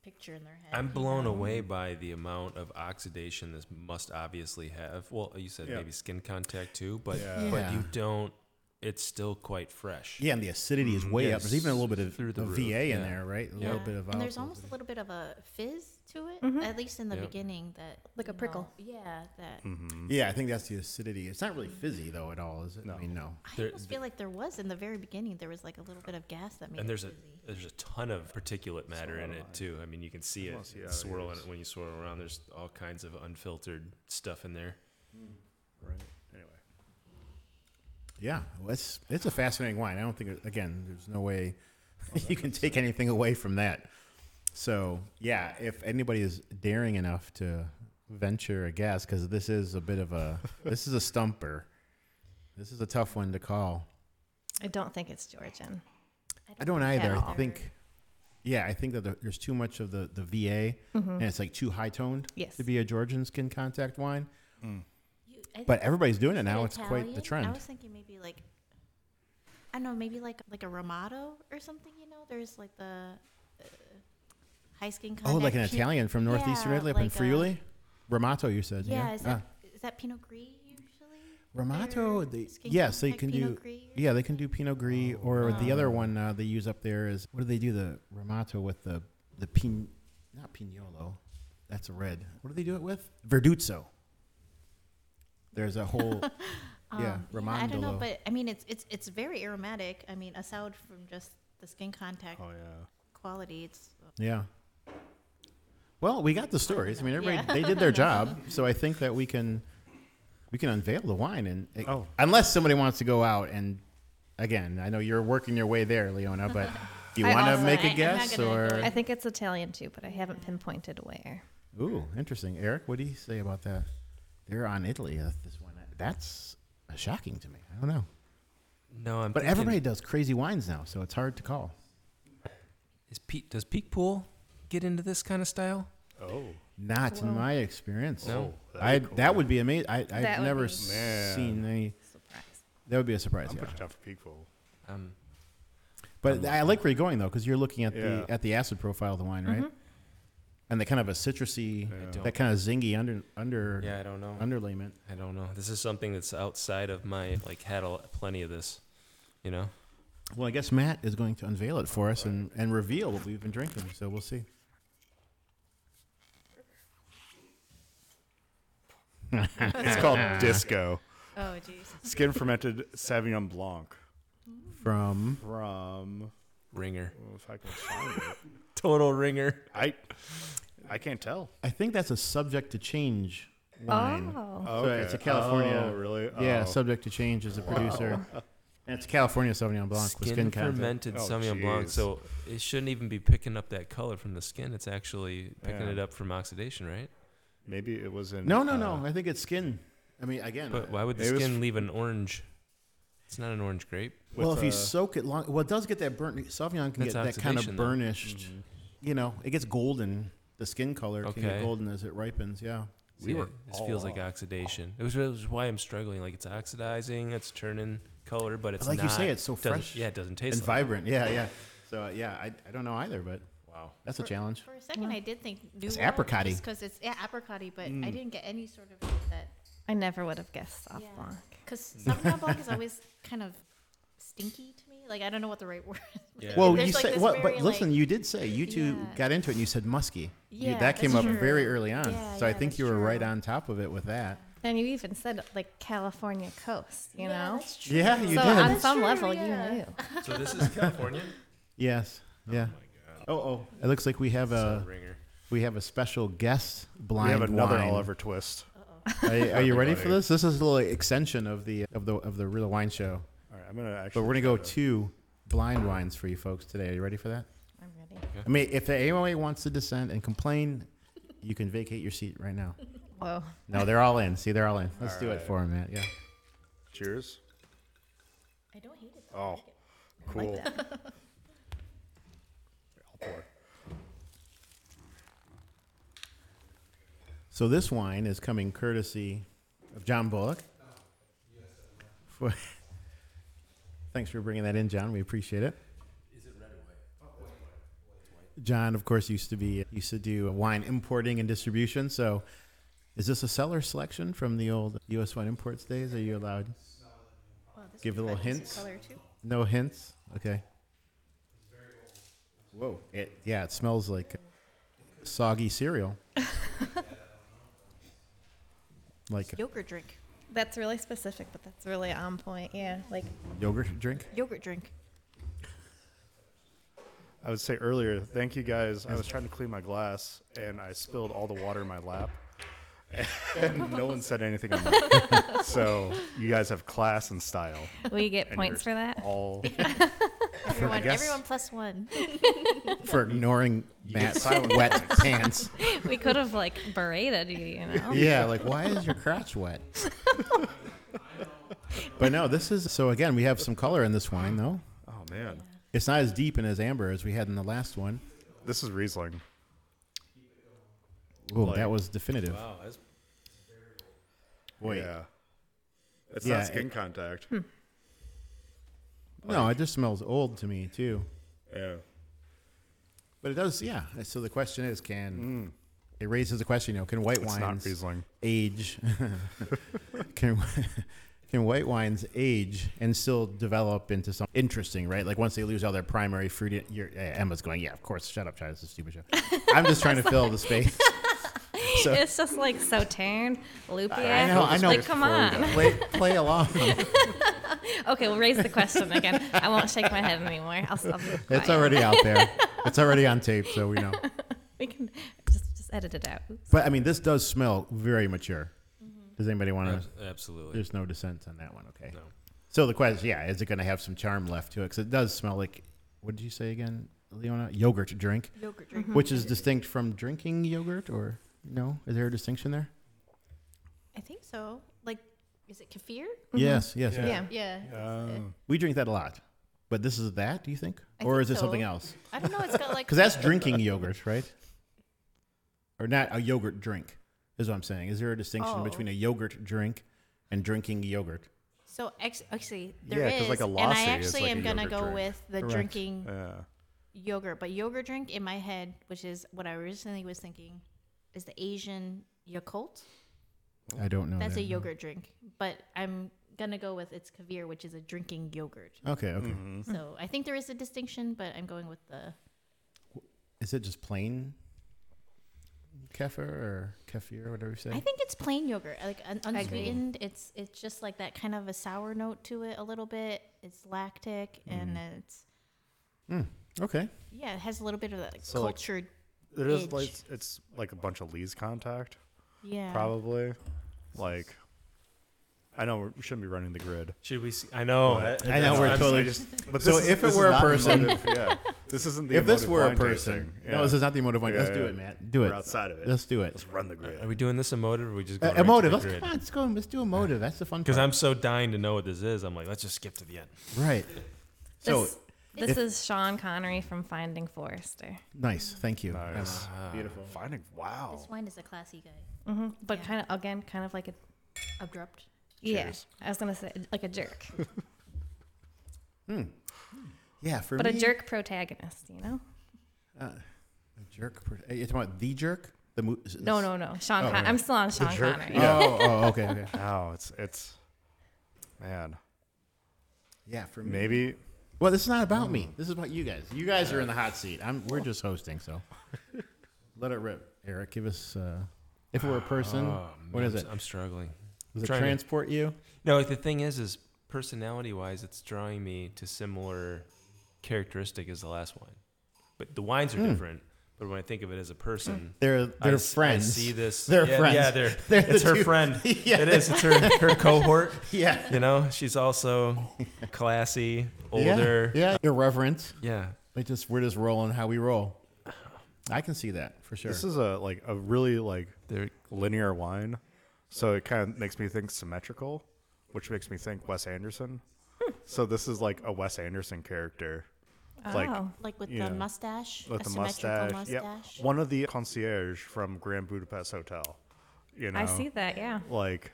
Speaker 4: picture in their head.
Speaker 3: I'm
Speaker 4: you
Speaker 3: blown
Speaker 1: um,
Speaker 4: know?
Speaker 3: away by the amount of oxidation this must obviously have. Well, you said
Speaker 1: Yeah.
Speaker 3: maybe skin contact too, but
Speaker 1: Yeah.
Speaker 3: but
Speaker 2: Yeah.
Speaker 3: you don't. It's still quite fresh.
Speaker 2: yeah, and the acidity is way up.
Speaker 3: Yes,
Speaker 2: There's even a little bit of,
Speaker 3: through the
Speaker 2: of
Speaker 3: roof,
Speaker 2: VA in
Speaker 3: yeah.
Speaker 2: there, right? A
Speaker 3: Yeah.
Speaker 2: little bit of.
Speaker 4: and there's
Speaker 2: alcohol.
Speaker 4: almost a little bit of a fizz to it, at least in the
Speaker 3: Yep.
Speaker 4: beginning. That
Speaker 5: Mm-hmm. Like a
Speaker 4: you know,
Speaker 5: prickle.
Speaker 4: yeah, that
Speaker 2: Yeah, I think that's the acidity. It's not really fizzy though at all, is it? I mean, no.
Speaker 4: I
Speaker 3: There-
Speaker 4: almost feel like there was in the very beginning. There was like a little bit of gas that made
Speaker 3: And
Speaker 4: it
Speaker 3: there's a
Speaker 4: fizzy.
Speaker 3: there's a ton of particulate matter in it too. I mean, you can see it
Speaker 1: see how it
Speaker 3: swirling it when you swirl around. There's all kinds of unfiltered stuff in there.
Speaker 1: Right. Anyway.
Speaker 2: Yeah, well, it's it's a fascinating wine. I don't think it- again, there's no way (laughs) you can take anything away from that. So yeah, if anybody is daring enough to venture a guess, because this is a bit of a this is a stumper. This is a tough one to call.
Speaker 5: I don't think it's Georgian.
Speaker 2: I don't either. I
Speaker 5: all.
Speaker 2: think, yeah, I think that there- there's too much of the the VA, and it's like too high toned
Speaker 5: Yes.
Speaker 2: to be a Georgian skin contact wine.
Speaker 4: You- I
Speaker 2: But
Speaker 4: think-
Speaker 2: everybody's doing it
Speaker 4: is
Speaker 2: now.
Speaker 4: it
Speaker 2: It's quite the
Speaker 4: Italian?
Speaker 2: trend.
Speaker 4: I was thinking maybe like I don't know, maybe like like a Romano or something. You know, there's like the uh, high skin.
Speaker 2: Oh, like an
Speaker 4: contact-
Speaker 2: Italian from northeastern
Speaker 4: Yeah,
Speaker 2: Italy, up in
Speaker 4: like, uh,
Speaker 2: Friuli, Ramato. You said,
Speaker 4: Yeah,
Speaker 2: yeah.
Speaker 4: is that
Speaker 2: Ah.
Speaker 4: is that Pinot Gris usually? Or
Speaker 2: Ramato, they,
Speaker 4: skin
Speaker 2: yes, they
Speaker 4: contact
Speaker 2: can
Speaker 4: Pinot
Speaker 2: do.
Speaker 4: Gris or
Speaker 2: Yeah, they can do Pinot Gris, or
Speaker 4: Oh.
Speaker 2: the other one uh, they use up there is what do they do the Ramato with the the pin, not Pignolo, that's a red. What do they do it with? Verduzzo. There's a
Speaker 4: (laughs)
Speaker 2: whole, yeah,
Speaker 4: Um, Yeah, I don't know,
Speaker 2: Romandolo.
Speaker 4: but I mean, it's it's it's very aromatic. I mean, aside from just the skin contact
Speaker 1: Oh yeah.
Speaker 4: quality, it's
Speaker 2: Yeah. Well, we got the stories. I mean, everybody
Speaker 4: Yeah.
Speaker 2: they did their job, so I think that we can we can unveil the wine and
Speaker 1: Oh.
Speaker 2: unless somebody wants to go out and again, I know you're working your way there, Leona, but do you
Speaker 5: I
Speaker 2: want to
Speaker 5: also-
Speaker 2: make
Speaker 4: I- I'm
Speaker 2: a
Speaker 4: not
Speaker 2: guess
Speaker 4: gonna
Speaker 2: or
Speaker 5: I think it's Italian too, but I haven't pinpointed where.
Speaker 2: Ooh, interesting. Eric, what do you say about that? They're on Italy uh, this one. That's shocking to me. I don't know.
Speaker 3: No, I'm.
Speaker 2: But
Speaker 3: thinking-
Speaker 2: everybody does crazy wines now, so it's hard to call.
Speaker 3: is Pete. Does Peak Pool get into this kind of style?
Speaker 1: Oh.
Speaker 2: Not in my experience.
Speaker 3: No.
Speaker 1: Oh,
Speaker 2: I
Speaker 1: that'd be cool.
Speaker 2: that would be amazing. I I've
Speaker 5: That would
Speaker 2: never
Speaker 5: be-
Speaker 2: seen any.
Speaker 5: Surprise.
Speaker 2: That would be a surprise.
Speaker 1: I'm
Speaker 2: Yeah.
Speaker 1: pushing down for people. (laughs)
Speaker 3: Um,
Speaker 2: But I like where you're going though, because you're looking at
Speaker 1: Yeah.
Speaker 2: the at the acid profile of the wine, right? And the kind of a citrusy,
Speaker 3: don't-
Speaker 2: that kind of zingy under under
Speaker 3: yeah, I don't know.
Speaker 2: underlayment.
Speaker 3: I don't know. This is something that's outside of my like. Had a, plenty of this, you know.
Speaker 2: Well, I guess Matt is going to unveil it for us and, and reveal what we've been drinking. So we'll see.
Speaker 1: It's
Speaker 2: (laughs)
Speaker 1: called disco.
Speaker 4: oh jeez.
Speaker 1: Skin fermented Sauvignon Blanc
Speaker 2: From
Speaker 1: from.
Speaker 3: Ringer.
Speaker 1: well, if I can find it.
Speaker 3: Total ringer.
Speaker 1: I. I can't tell.
Speaker 2: I think that's a subject to change wine.
Speaker 5: Oh.
Speaker 1: Oh,
Speaker 2: So it's a California.
Speaker 1: Oh, really?
Speaker 2: Yeah,
Speaker 1: Oh.
Speaker 2: subject to change is a producer. And it's California Sauvignon Blanc with skin contact.
Speaker 3: fermented
Speaker 1: Oh,
Speaker 3: Sauvignon Blanc,
Speaker 1: jeez.
Speaker 3: so it shouldn't even be picking up that color from the skin. It's actually picking
Speaker 1: Yeah.
Speaker 3: it up from oxidation, right?
Speaker 1: Maybe it was in.
Speaker 2: No, no,
Speaker 1: uh,
Speaker 2: no. I think it's skin. I mean, again,
Speaker 3: But why would the
Speaker 1: It was
Speaker 3: skin
Speaker 1: f-
Speaker 3: leave an orange? It's not an orange grape.
Speaker 1: with,
Speaker 2: well, if you
Speaker 1: uh,
Speaker 2: soak it long, well, it does get that burnt. Sauvignon can
Speaker 3: That's
Speaker 2: get that kind
Speaker 3: oxidation,
Speaker 2: of
Speaker 3: though.
Speaker 2: burnished.
Speaker 1: Mm-hmm.
Speaker 2: You know, it gets golden. The skin color can get
Speaker 3: Okay.
Speaker 2: golden as it ripens. Yeah.
Speaker 1: We
Speaker 3: See,
Speaker 1: were
Speaker 3: it- this feels
Speaker 1: all
Speaker 3: like oxidation. It was, it was why I'm struggling. Like it's oxidizing, it's turning color, but it's
Speaker 2: like you
Speaker 3: not,
Speaker 2: say, it's so
Speaker 3: doesn't-
Speaker 2: fresh
Speaker 3: Yeah, it doesn't taste
Speaker 2: And
Speaker 3: like it.
Speaker 2: vibrant. Yeah, yeah. So, uh, yeah, I, I don't know either, but
Speaker 3: Wow.
Speaker 2: that's a challenge.
Speaker 4: For a second, I did think New
Speaker 2: It's
Speaker 4: World,
Speaker 2: apricotty. Mm.
Speaker 4: because it's yeah, apricotty, but I didn't get any sort of that.
Speaker 5: I never would have guessed soft blanc.
Speaker 4: Because Sauvignon Blanc is always kind of stinky to me. Like I don't know what the right word. is.
Speaker 3: Yeah.
Speaker 2: Well,
Speaker 4: There's
Speaker 2: you
Speaker 4: like
Speaker 2: said,
Speaker 4: this
Speaker 2: well,
Speaker 4: very,
Speaker 2: but
Speaker 4: like-
Speaker 2: listen, you did say you two
Speaker 4: Yeah.
Speaker 2: got into it and you said musky. You-
Speaker 4: Yeah,
Speaker 2: that came
Speaker 4: that's
Speaker 2: up
Speaker 4: true.
Speaker 2: very early on.
Speaker 4: Yeah,
Speaker 2: so I
Speaker 4: yeah,
Speaker 2: think
Speaker 4: that's
Speaker 2: you were right
Speaker 4: true.
Speaker 2: on top of it with that.
Speaker 5: And you even said like California coast, you
Speaker 4: Yeah,
Speaker 5: know?
Speaker 4: that's true.
Speaker 2: Yeah, you
Speaker 5: So
Speaker 2: did.
Speaker 5: on some
Speaker 4: true,
Speaker 5: level,
Speaker 4: yeah.
Speaker 5: you knew.
Speaker 3: So this
Speaker 2: (laughs)
Speaker 3: is California.
Speaker 2: yes. Yeah. Oh, oh. It looks like we have a
Speaker 3: ringer.
Speaker 2: we have a special guest blind
Speaker 1: we have another
Speaker 2: wine.
Speaker 1: Oliver Twist.
Speaker 2: Are, are you ready for this? This is a little extension of the of the of the real wine show.
Speaker 1: All right, I'm gonna actually.
Speaker 2: But we're gonna go two blind wines for you folks today. Are you ready for that?
Speaker 5: I'm ready.
Speaker 2: I mean, if the AOA wants to dissent and complain, you can vacate your seat right now.
Speaker 5: Whoa.
Speaker 2: No, they're all in. See, they're all in. Let's do it for them, Matt. Yeah.
Speaker 1: Cheers.
Speaker 4: I don't hate it.
Speaker 1: Oh, cool. I'll pour.
Speaker 2: So this wine is coming courtesy of John Bullock. For, (laughs) thanks for bringing that in, John. We appreciate it. John, of course, used to be used to do wine importing and distribution. So, is this a seller selection from the old U.S. wine imports days? Are you allowed? Give a little hints.
Speaker 5: Color too.
Speaker 2: No hints. Okay. Whoa! It, yeah, it smells like soggy cereal. like
Speaker 4: Yogurt drink.
Speaker 5: That's really specific, but that's really on point. Yeah, like
Speaker 2: yogurt drink.
Speaker 4: Yogurt drink.
Speaker 1: I would say earlier, thank you guys. I was trying to clean my glass and I spilled all the water in my lap. (laughs) And no one said anything on (laughs) that. so you guys have class and style.
Speaker 5: we get
Speaker 1: and
Speaker 5: points for
Speaker 1: you're
Speaker 5: that. (laughs)
Speaker 1: All
Speaker 4: Everyone,
Speaker 1: guess-
Speaker 4: everyone plus one.
Speaker 2: for ignoring Matt's
Speaker 1: silent
Speaker 2: wet pants.
Speaker 5: we could have like berated you, you know.
Speaker 2: Yeah, like why is your crotch wet? but no, this is so again, we have some color in this wine though.
Speaker 1: Oh man.
Speaker 2: It's not as deep and as amber as we had in the last one.
Speaker 1: This is Riesling.
Speaker 2: Oh, that was definitive.
Speaker 3: Wow, that's
Speaker 2: Wait.
Speaker 1: Yeah. It's
Speaker 2: Yeah,
Speaker 1: not skin contact.
Speaker 5: Hmm.
Speaker 2: No, it just smells old to me too.
Speaker 1: Yeah.
Speaker 2: But it does, yeah. So the question is can it raises the question, you know, can white
Speaker 1: Mm. It's not
Speaker 2: wines
Speaker 1: Riesling.
Speaker 2: age (laughs) can can white wines age and still develop into something interesting right like once they lose all their primary fruit you're, eh, emma's going yeah of course shut up child it's a stupid show i'm just trying to fill the (laughs) space (laughs) so
Speaker 5: It's just like sauterne, loopy.
Speaker 2: i know i know
Speaker 5: Like, come on.
Speaker 2: play, play along
Speaker 5: Okay, we'll raise the question again. I won't shake my head anymore. I'll, I'll be quiet.
Speaker 2: it's already out there it's already on tape so we know
Speaker 5: We can just, just edit it out. Oops.
Speaker 2: but i mean this does smell very mature does anybody want to
Speaker 3: absolutely.
Speaker 2: There's no dissent on that one. Okay.
Speaker 3: No.
Speaker 2: So the question, yeah, is it going to have some charm left to it? Because it does smell like, what did you say again, Leona? Yogurt drink,
Speaker 4: Yogurt drink.
Speaker 2: which is distinct from drinking yogurt, or no? Is there a distinction there?
Speaker 4: I think so. Like, is it kefir?
Speaker 2: Yes, yes.
Speaker 5: Yeah.
Speaker 2: yes.
Speaker 4: Mm-hmm. Yeah.
Speaker 2: We drink that a lot, but this is that. Do you think,
Speaker 4: I
Speaker 2: or
Speaker 4: think
Speaker 2: is it something
Speaker 4: so.
Speaker 2: else?
Speaker 4: I don't know. It's
Speaker 2: (laughs)
Speaker 4: got like.
Speaker 2: Because that's drinking yogurt, right? Or not a yogurt drink is what I'm saying. Is there a distinction
Speaker 4: Oh.
Speaker 2: between a yogurt drink and drinking yogurt?
Speaker 4: So ex- actually, there
Speaker 1: Yeah,
Speaker 4: is,
Speaker 1: 'cause like a
Speaker 4: and I
Speaker 1: lassi is
Speaker 4: actually
Speaker 1: like a
Speaker 4: am gonna
Speaker 1: yogurt
Speaker 4: go
Speaker 1: drink.
Speaker 4: with the
Speaker 2: Correct.
Speaker 4: drinking
Speaker 1: Yeah.
Speaker 4: yogurt, but yogurt drink in my head, which is what I originally was thinking, is the Asian Yakult.
Speaker 2: I don't
Speaker 1: Oh,
Speaker 2: know.
Speaker 4: That's
Speaker 2: that.
Speaker 4: a yogurt drink, but I'm gonna go with it's kefir, which is a drinking yogurt.
Speaker 2: Okay, okay.
Speaker 1: Mm-hmm.
Speaker 4: So I think there is a distinction, but I'm going with the
Speaker 2: Is it just plain kefir or kefir, whatever you say?
Speaker 4: I think it's plain yogurt, like un-
Speaker 5: agree.
Speaker 4: unsweetened. It's it's just like that kind of a sour note to it a little bit. It's lactic
Speaker 1: Mm-hmm.
Speaker 4: and it's
Speaker 2: okay.
Speaker 4: yeah, it has a little bit of that like,
Speaker 1: So, like,
Speaker 4: cultured.
Speaker 1: It is
Speaker 4: Edge.
Speaker 1: like it's like a bunch of Lee's contact,
Speaker 4: yeah,
Speaker 1: probably. Like I know we shouldn't be running the grid.
Speaker 3: Should we? See? I know.
Speaker 2: I know we're totally just.
Speaker 1: But
Speaker 2: So
Speaker 1: this is-
Speaker 2: if it
Speaker 1: this is
Speaker 2: were a
Speaker 1: not
Speaker 2: person-
Speaker 1: emotive, yeah. This isn't the
Speaker 2: If this
Speaker 1: emotive
Speaker 2: were a
Speaker 1: blind
Speaker 2: person,
Speaker 1: tasting.
Speaker 2: no,
Speaker 1: Yeah.
Speaker 2: this is not the emotive one.
Speaker 1: Yeah,
Speaker 2: Let's do
Speaker 1: yeah.
Speaker 2: it, Matt. Do it.
Speaker 1: We're outside of it.
Speaker 2: Let's do it.
Speaker 1: Let's run the grid.
Speaker 3: Are we doing this emotive, or are we just
Speaker 2: Uh,
Speaker 3: going right to
Speaker 2: emotive.
Speaker 3: the
Speaker 2: Let's
Speaker 3: grid?
Speaker 2: come on. Let's go. Let's do emotive. That's the fun
Speaker 3: Because
Speaker 2: part.
Speaker 3: I'm so dying to know what this is. I'm like, let's just skip to the end.
Speaker 2: right. So
Speaker 5: this, this
Speaker 2: if-
Speaker 5: is Sean Connery from Finding Forrester,
Speaker 2: nice. Thank you.
Speaker 1: Nice.
Speaker 3: Ah,
Speaker 2: Emma.
Speaker 1: Beautiful. Finding. Wow.
Speaker 4: This wine is a classy guy.
Speaker 5: Mm-hmm. but kind of again, kind of like a
Speaker 4: Abrupt.
Speaker 5: yes.
Speaker 1: Cheers.
Speaker 5: yeah. I was gonna say like a jerk,
Speaker 2: Yeah, for
Speaker 5: but
Speaker 2: me.
Speaker 5: a jerk protagonist, you know?
Speaker 2: A jerk. per- Are you talking about the jerk? The mo- is-
Speaker 5: No, no, no. Sean. Con- I'm still on Sean
Speaker 1: jerk?
Speaker 5: Connery.
Speaker 1: Yeah.
Speaker 2: Oh, oh, okay, okay.
Speaker 1: (laughs) Wow. It's it's. Man,
Speaker 2: Yeah, for me.
Speaker 1: maybe
Speaker 2: Well, this is not about me. This is about you guys. You guys are in the hot seat. I'm. We're just hosting, so let it rip. Eric, give us. Uh, if it were a person, what is
Speaker 3: oh, I'm-
Speaker 2: it?
Speaker 3: I'm struggling.
Speaker 2: Does it
Speaker 3: trying to-
Speaker 2: transport you?
Speaker 3: No, like, the thing is, is personality-wise, it's drawing me to similar characteristic as the last wine, but the wines are different. But when I think of it as a person,
Speaker 2: They're Hmm. they're
Speaker 3: I s- I
Speaker 2: friends.
Speaker 3: see (laughs) this.
Speaker 2: They're
Speaker 3: yeah,
Speaker 2: friends.
Speaker 3: Yeah, they're,
Speaker 2: (laughs) They're the
Speaker 3: it's her
Speaker 2: two-
Speaker 3: friend.
Speaker 2: (laughs) Yeah.
Speaker 3: It is. It's her, her cohort.
Speaker 2: Yeah.
Speaker 3: You know,
Speaker 2: (laughs)
Speaker 3: she's also classy, older.
Speaker 2: Yeah. yeah. Your reverence.
Speaker 3: yeah.
Speaker 2: Like just we're just rolling how we roll. I can see that for sure.
Speaker 1: This is a like a really like
Speaker 3: They're
Speaker 1: linear wine, so it kind of makes me think symmetrical, which makes me think Wes Anderson. (laughs) so this is like a Wes Anderson character, like
Speaker 5: Oh.
Speaker 4: Like with
Speaker 1: Yeah.
Speaker 4: the mustache,
Speaker 1: with
Speaker 4: a
Speaker 1: the
Speaker 4: symmetrical
Speaker 1: mustache.
Speaker 4: mustache.
Speaker 1: Yep. one of the concierge from Grand Budapest Hotel. You know,
Speaker 5: I see that. Yeah.
Speaker 1: like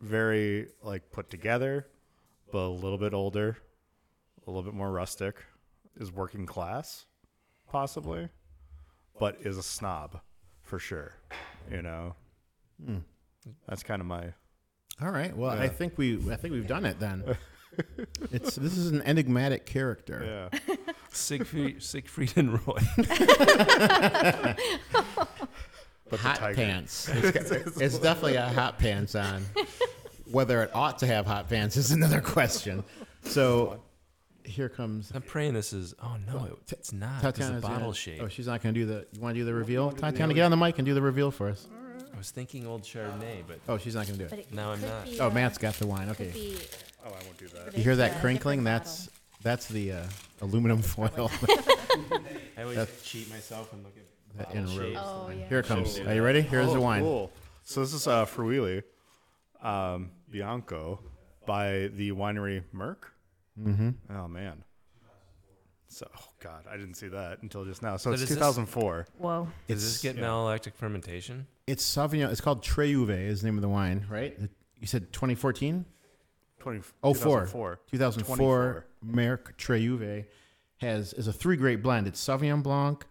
Speaker 1: very like put together, but a little bit older, a little bit more rustic, is working class, possibly, but is a snob for sure. You know, Hmm. that's kind of my
Speaker 2: All right. Well, I think we I think we've done it then. it's this is an enigmatic character.
Speaker 1: yeah.
Speaker 3: Siegfried, Siegfried and Roy.
Speaker 1: But
Speaker 2: hot
Speaker 1: the tiger.
Speaker 2: pants. (laughs) It's, got- it's definitely got hot pants on. Whether it ought to have hot pants is another question. So here comes
Speaker 3: I'm praying this is. Oh no, it, it's not. It's a
Speaker 2: Tatiana's
Speaker 3: bottle
Speaker 2: gonna-
Speaker 3: shape.
Speaker 2: Oh, she's not going to do the. You want to do the reveal? Tatiana, get on the mic and do the reveal for us.
Speaker 3: I was thinking old Chardonnay, but
Speaker 2: Oh, she's not going to do
Speaker 4: But
Speaker 2: it.
Speaker 4: it
Speaker 3: No, I'm
Speaker 4: could
Speaker 3: not.
Speaker 4: Be,
Speaker 2: Oh,
Speaker 4: uh,
Speaker 2: Matt's got the wine.
Speaker 4: could
Speaker 2: Okay.
Speaker 4: be
Speaker 1: Oh, I won't do that.
Speaker 2: You hear that
Speaker 4: different
Speaker 2: crinkling?
Speaker 4: bottle. Oh,
Speaker 2: That's that's the uh,
Speaker 4: (laughs)
Speaker 2: aluminum foil (laughs)
Speaker 3: I always cheat myself and look at
Speaker 2: in rows.
Speaker 4: Oh yeah.
Speaker 2: Here it comes. Are you ready? Here's the
Speaker 1: Oh,
Speaker 2: wine.
Speaker 1: Cool. So this is uh, Fruili um, Bianco by the winery Merck. Mm-hmm. Oh man. So oh, God, I didn't see that until just now. So
Speaker 3: But
Speaker 1: it's
Speaker 3: is this-
Speaker 1: 2004.
Speaker 5: Whoa.
Speaker 3: Does this get malolactic fermentation?
Speaker 2: It's Sauvignon. It's called Treuve. Is the name of the wine, right? You said 2014.
Speaker 1: 20,
Speaker 2: Oh, 04. 2004 Merck Treuve has is a three grape blend. It's Sauvignon Blanc,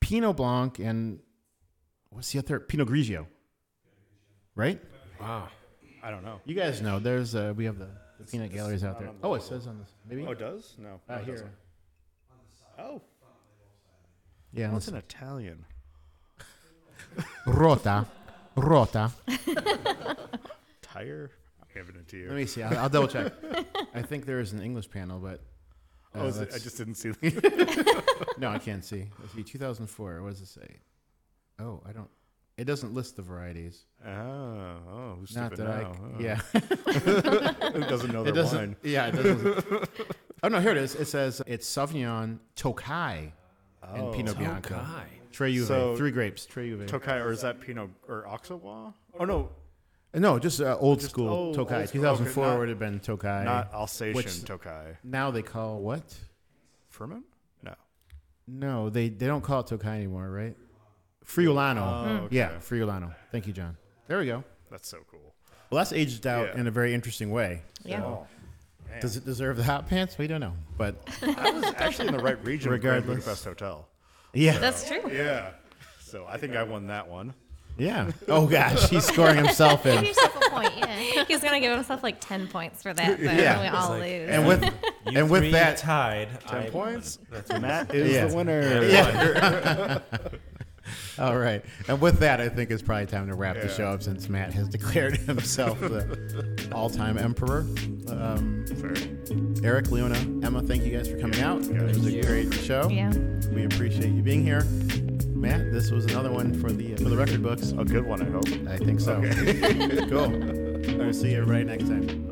Speaker 2: Pinot Blanc, and what's the other Pinot Grigio, right?
Speaker 3: Wow.
Speaker 1: I don't know.
Speaker 2: You guys know. There's uh, we have the, the peanut galleries out there. Oh, it says on this maybe
Speaker 1: Oh, it does? No.
Speaker 2: out
Speaker 1: no, it
Speaker 2: here.
Speaker 1: doesn't. Oh,
Speaker 2: Yeah,
Speaker 1: that's
Speaker 2: that's
Speaker 1: an Italian.
Speaker 2: (laughs) Rota, Rota.
Speaker 1: Tire. I'm giving it to you.
Speaker 2: Let me see. I'll, I'll double check. I think there is an English panel, but uh,
Speaker 1: oh, is it,
Speaker 2: let's-
Speaker 1: I just didn't see.
Speaker 2: (laughs)
Speaker 1: The,
Speaker 2: no, I can't see. Let's see, 2004. What does it say? Oh, I don't. It doesn't list the varieties.
Speaker 1: oh, oh, who's
Speaker 2: Not
Speaker 1: stupid
Speaker 2: that
Speaker 1: now?
Speaker 2: I.
Speaker 1: Oh. (laughs)
Speaker 2: Yeah. (laughs)
Speaker 1: Who doesn't know their wine?
Speaker 2: Yeah, it doesn't.
Speaker 1: (laughs)
Speaker 2: oh no, here it is. It says it's Sauvignon Tokai
Speaker 1: Oh.
Speaker 2: and Pinot Bianco.
Speaker 3: Tokai.
Speaker 2: Treuve,
Speaker 1: So-
Speaker 2: three grapes. Treuve.
Speaker 1: Tokai, or is that Pinot or Oxawa? Oh no,
Speaker 2: no, just uh, old school
Speaker 1: oh,
Speaker 2: Tokai.
Speaker 1: old school.
Speaker 2: 2004
Speaker 1: Okay, not-
Speaker 2: would have been Tokai.
Speaker 1: not Alsatian
Speaker 2: which-
Speaker 1: Tokai.
Speaker 2: now they call what?
Speaker 1: Furman? No.
Speaker 2: No, they they don't call it Tokai anymore, right? Friulano. Hmm.
Speaker 1: Oh, okay.
Speaker 2: Yeah, Friulano. Thank you, John. There we go.
Speaker 1: That's so (laughs) cool.
Speaker 2: Well, that's aged out
Speaker 1: Yeah.
Speaker 2: in a very interesting way.
Speaker 5: Yeah.
Speaker 2: Does it deserve the hot pants? We don't know,
Speaker 1: (laughs)
Speaker 2: but
Speaker 1: I was actually in the right region of Grand
Speaker 2: Regardless.
Speaker 1: Budapest Hotel.
Speaker 2: yeah.
Speaker 5: That's true.
Speaker 1: Yeah. So I think I won that one.
Speaker 2: Yeah. Oh gosh, he's scoring himself
Speaker 4: Give
Speaker 2: in.
Speaker 4: yourself a point. Yeah.
Speaker 5: He's gonna give himself like ten points for that. Though.
Speaker 2: Yeah.
Speaker 5: We all
Speaker 3: It's like-
Speaker 2: And
Speaker 3: (laughs)
Speaker 5: lose.
Speaker 2: with
Speaker 3: You
Speaker 2: And with
Speaker 3: three
Speaker 2: that-
Speaker 3: tied. I won.
Speaker 1: points. Matt is
Speaker 2: Yeah.
Speaker 1: the winner.
Speaker 2: (laughs) yeah. (laughs) All right. And with that, I think it's probably time to wrap the show up since Matt has declared (laughs) himself the all-time emperor. Um,
Speaker 1: Fair.
Speaker 2: Eric, Leona, Emma, thank you guys for coming out. It was a great show.
Speaker 5: Yeah.
Speaker 2: We appreciate you being here. Matt, this was another one for the for the record books.
Speaker 1: A good one, I hope.
Speaker 2: (laughs)
Speaker 3: (laughs)
Speaker 2: I think so. cool. We'll see everybody next time.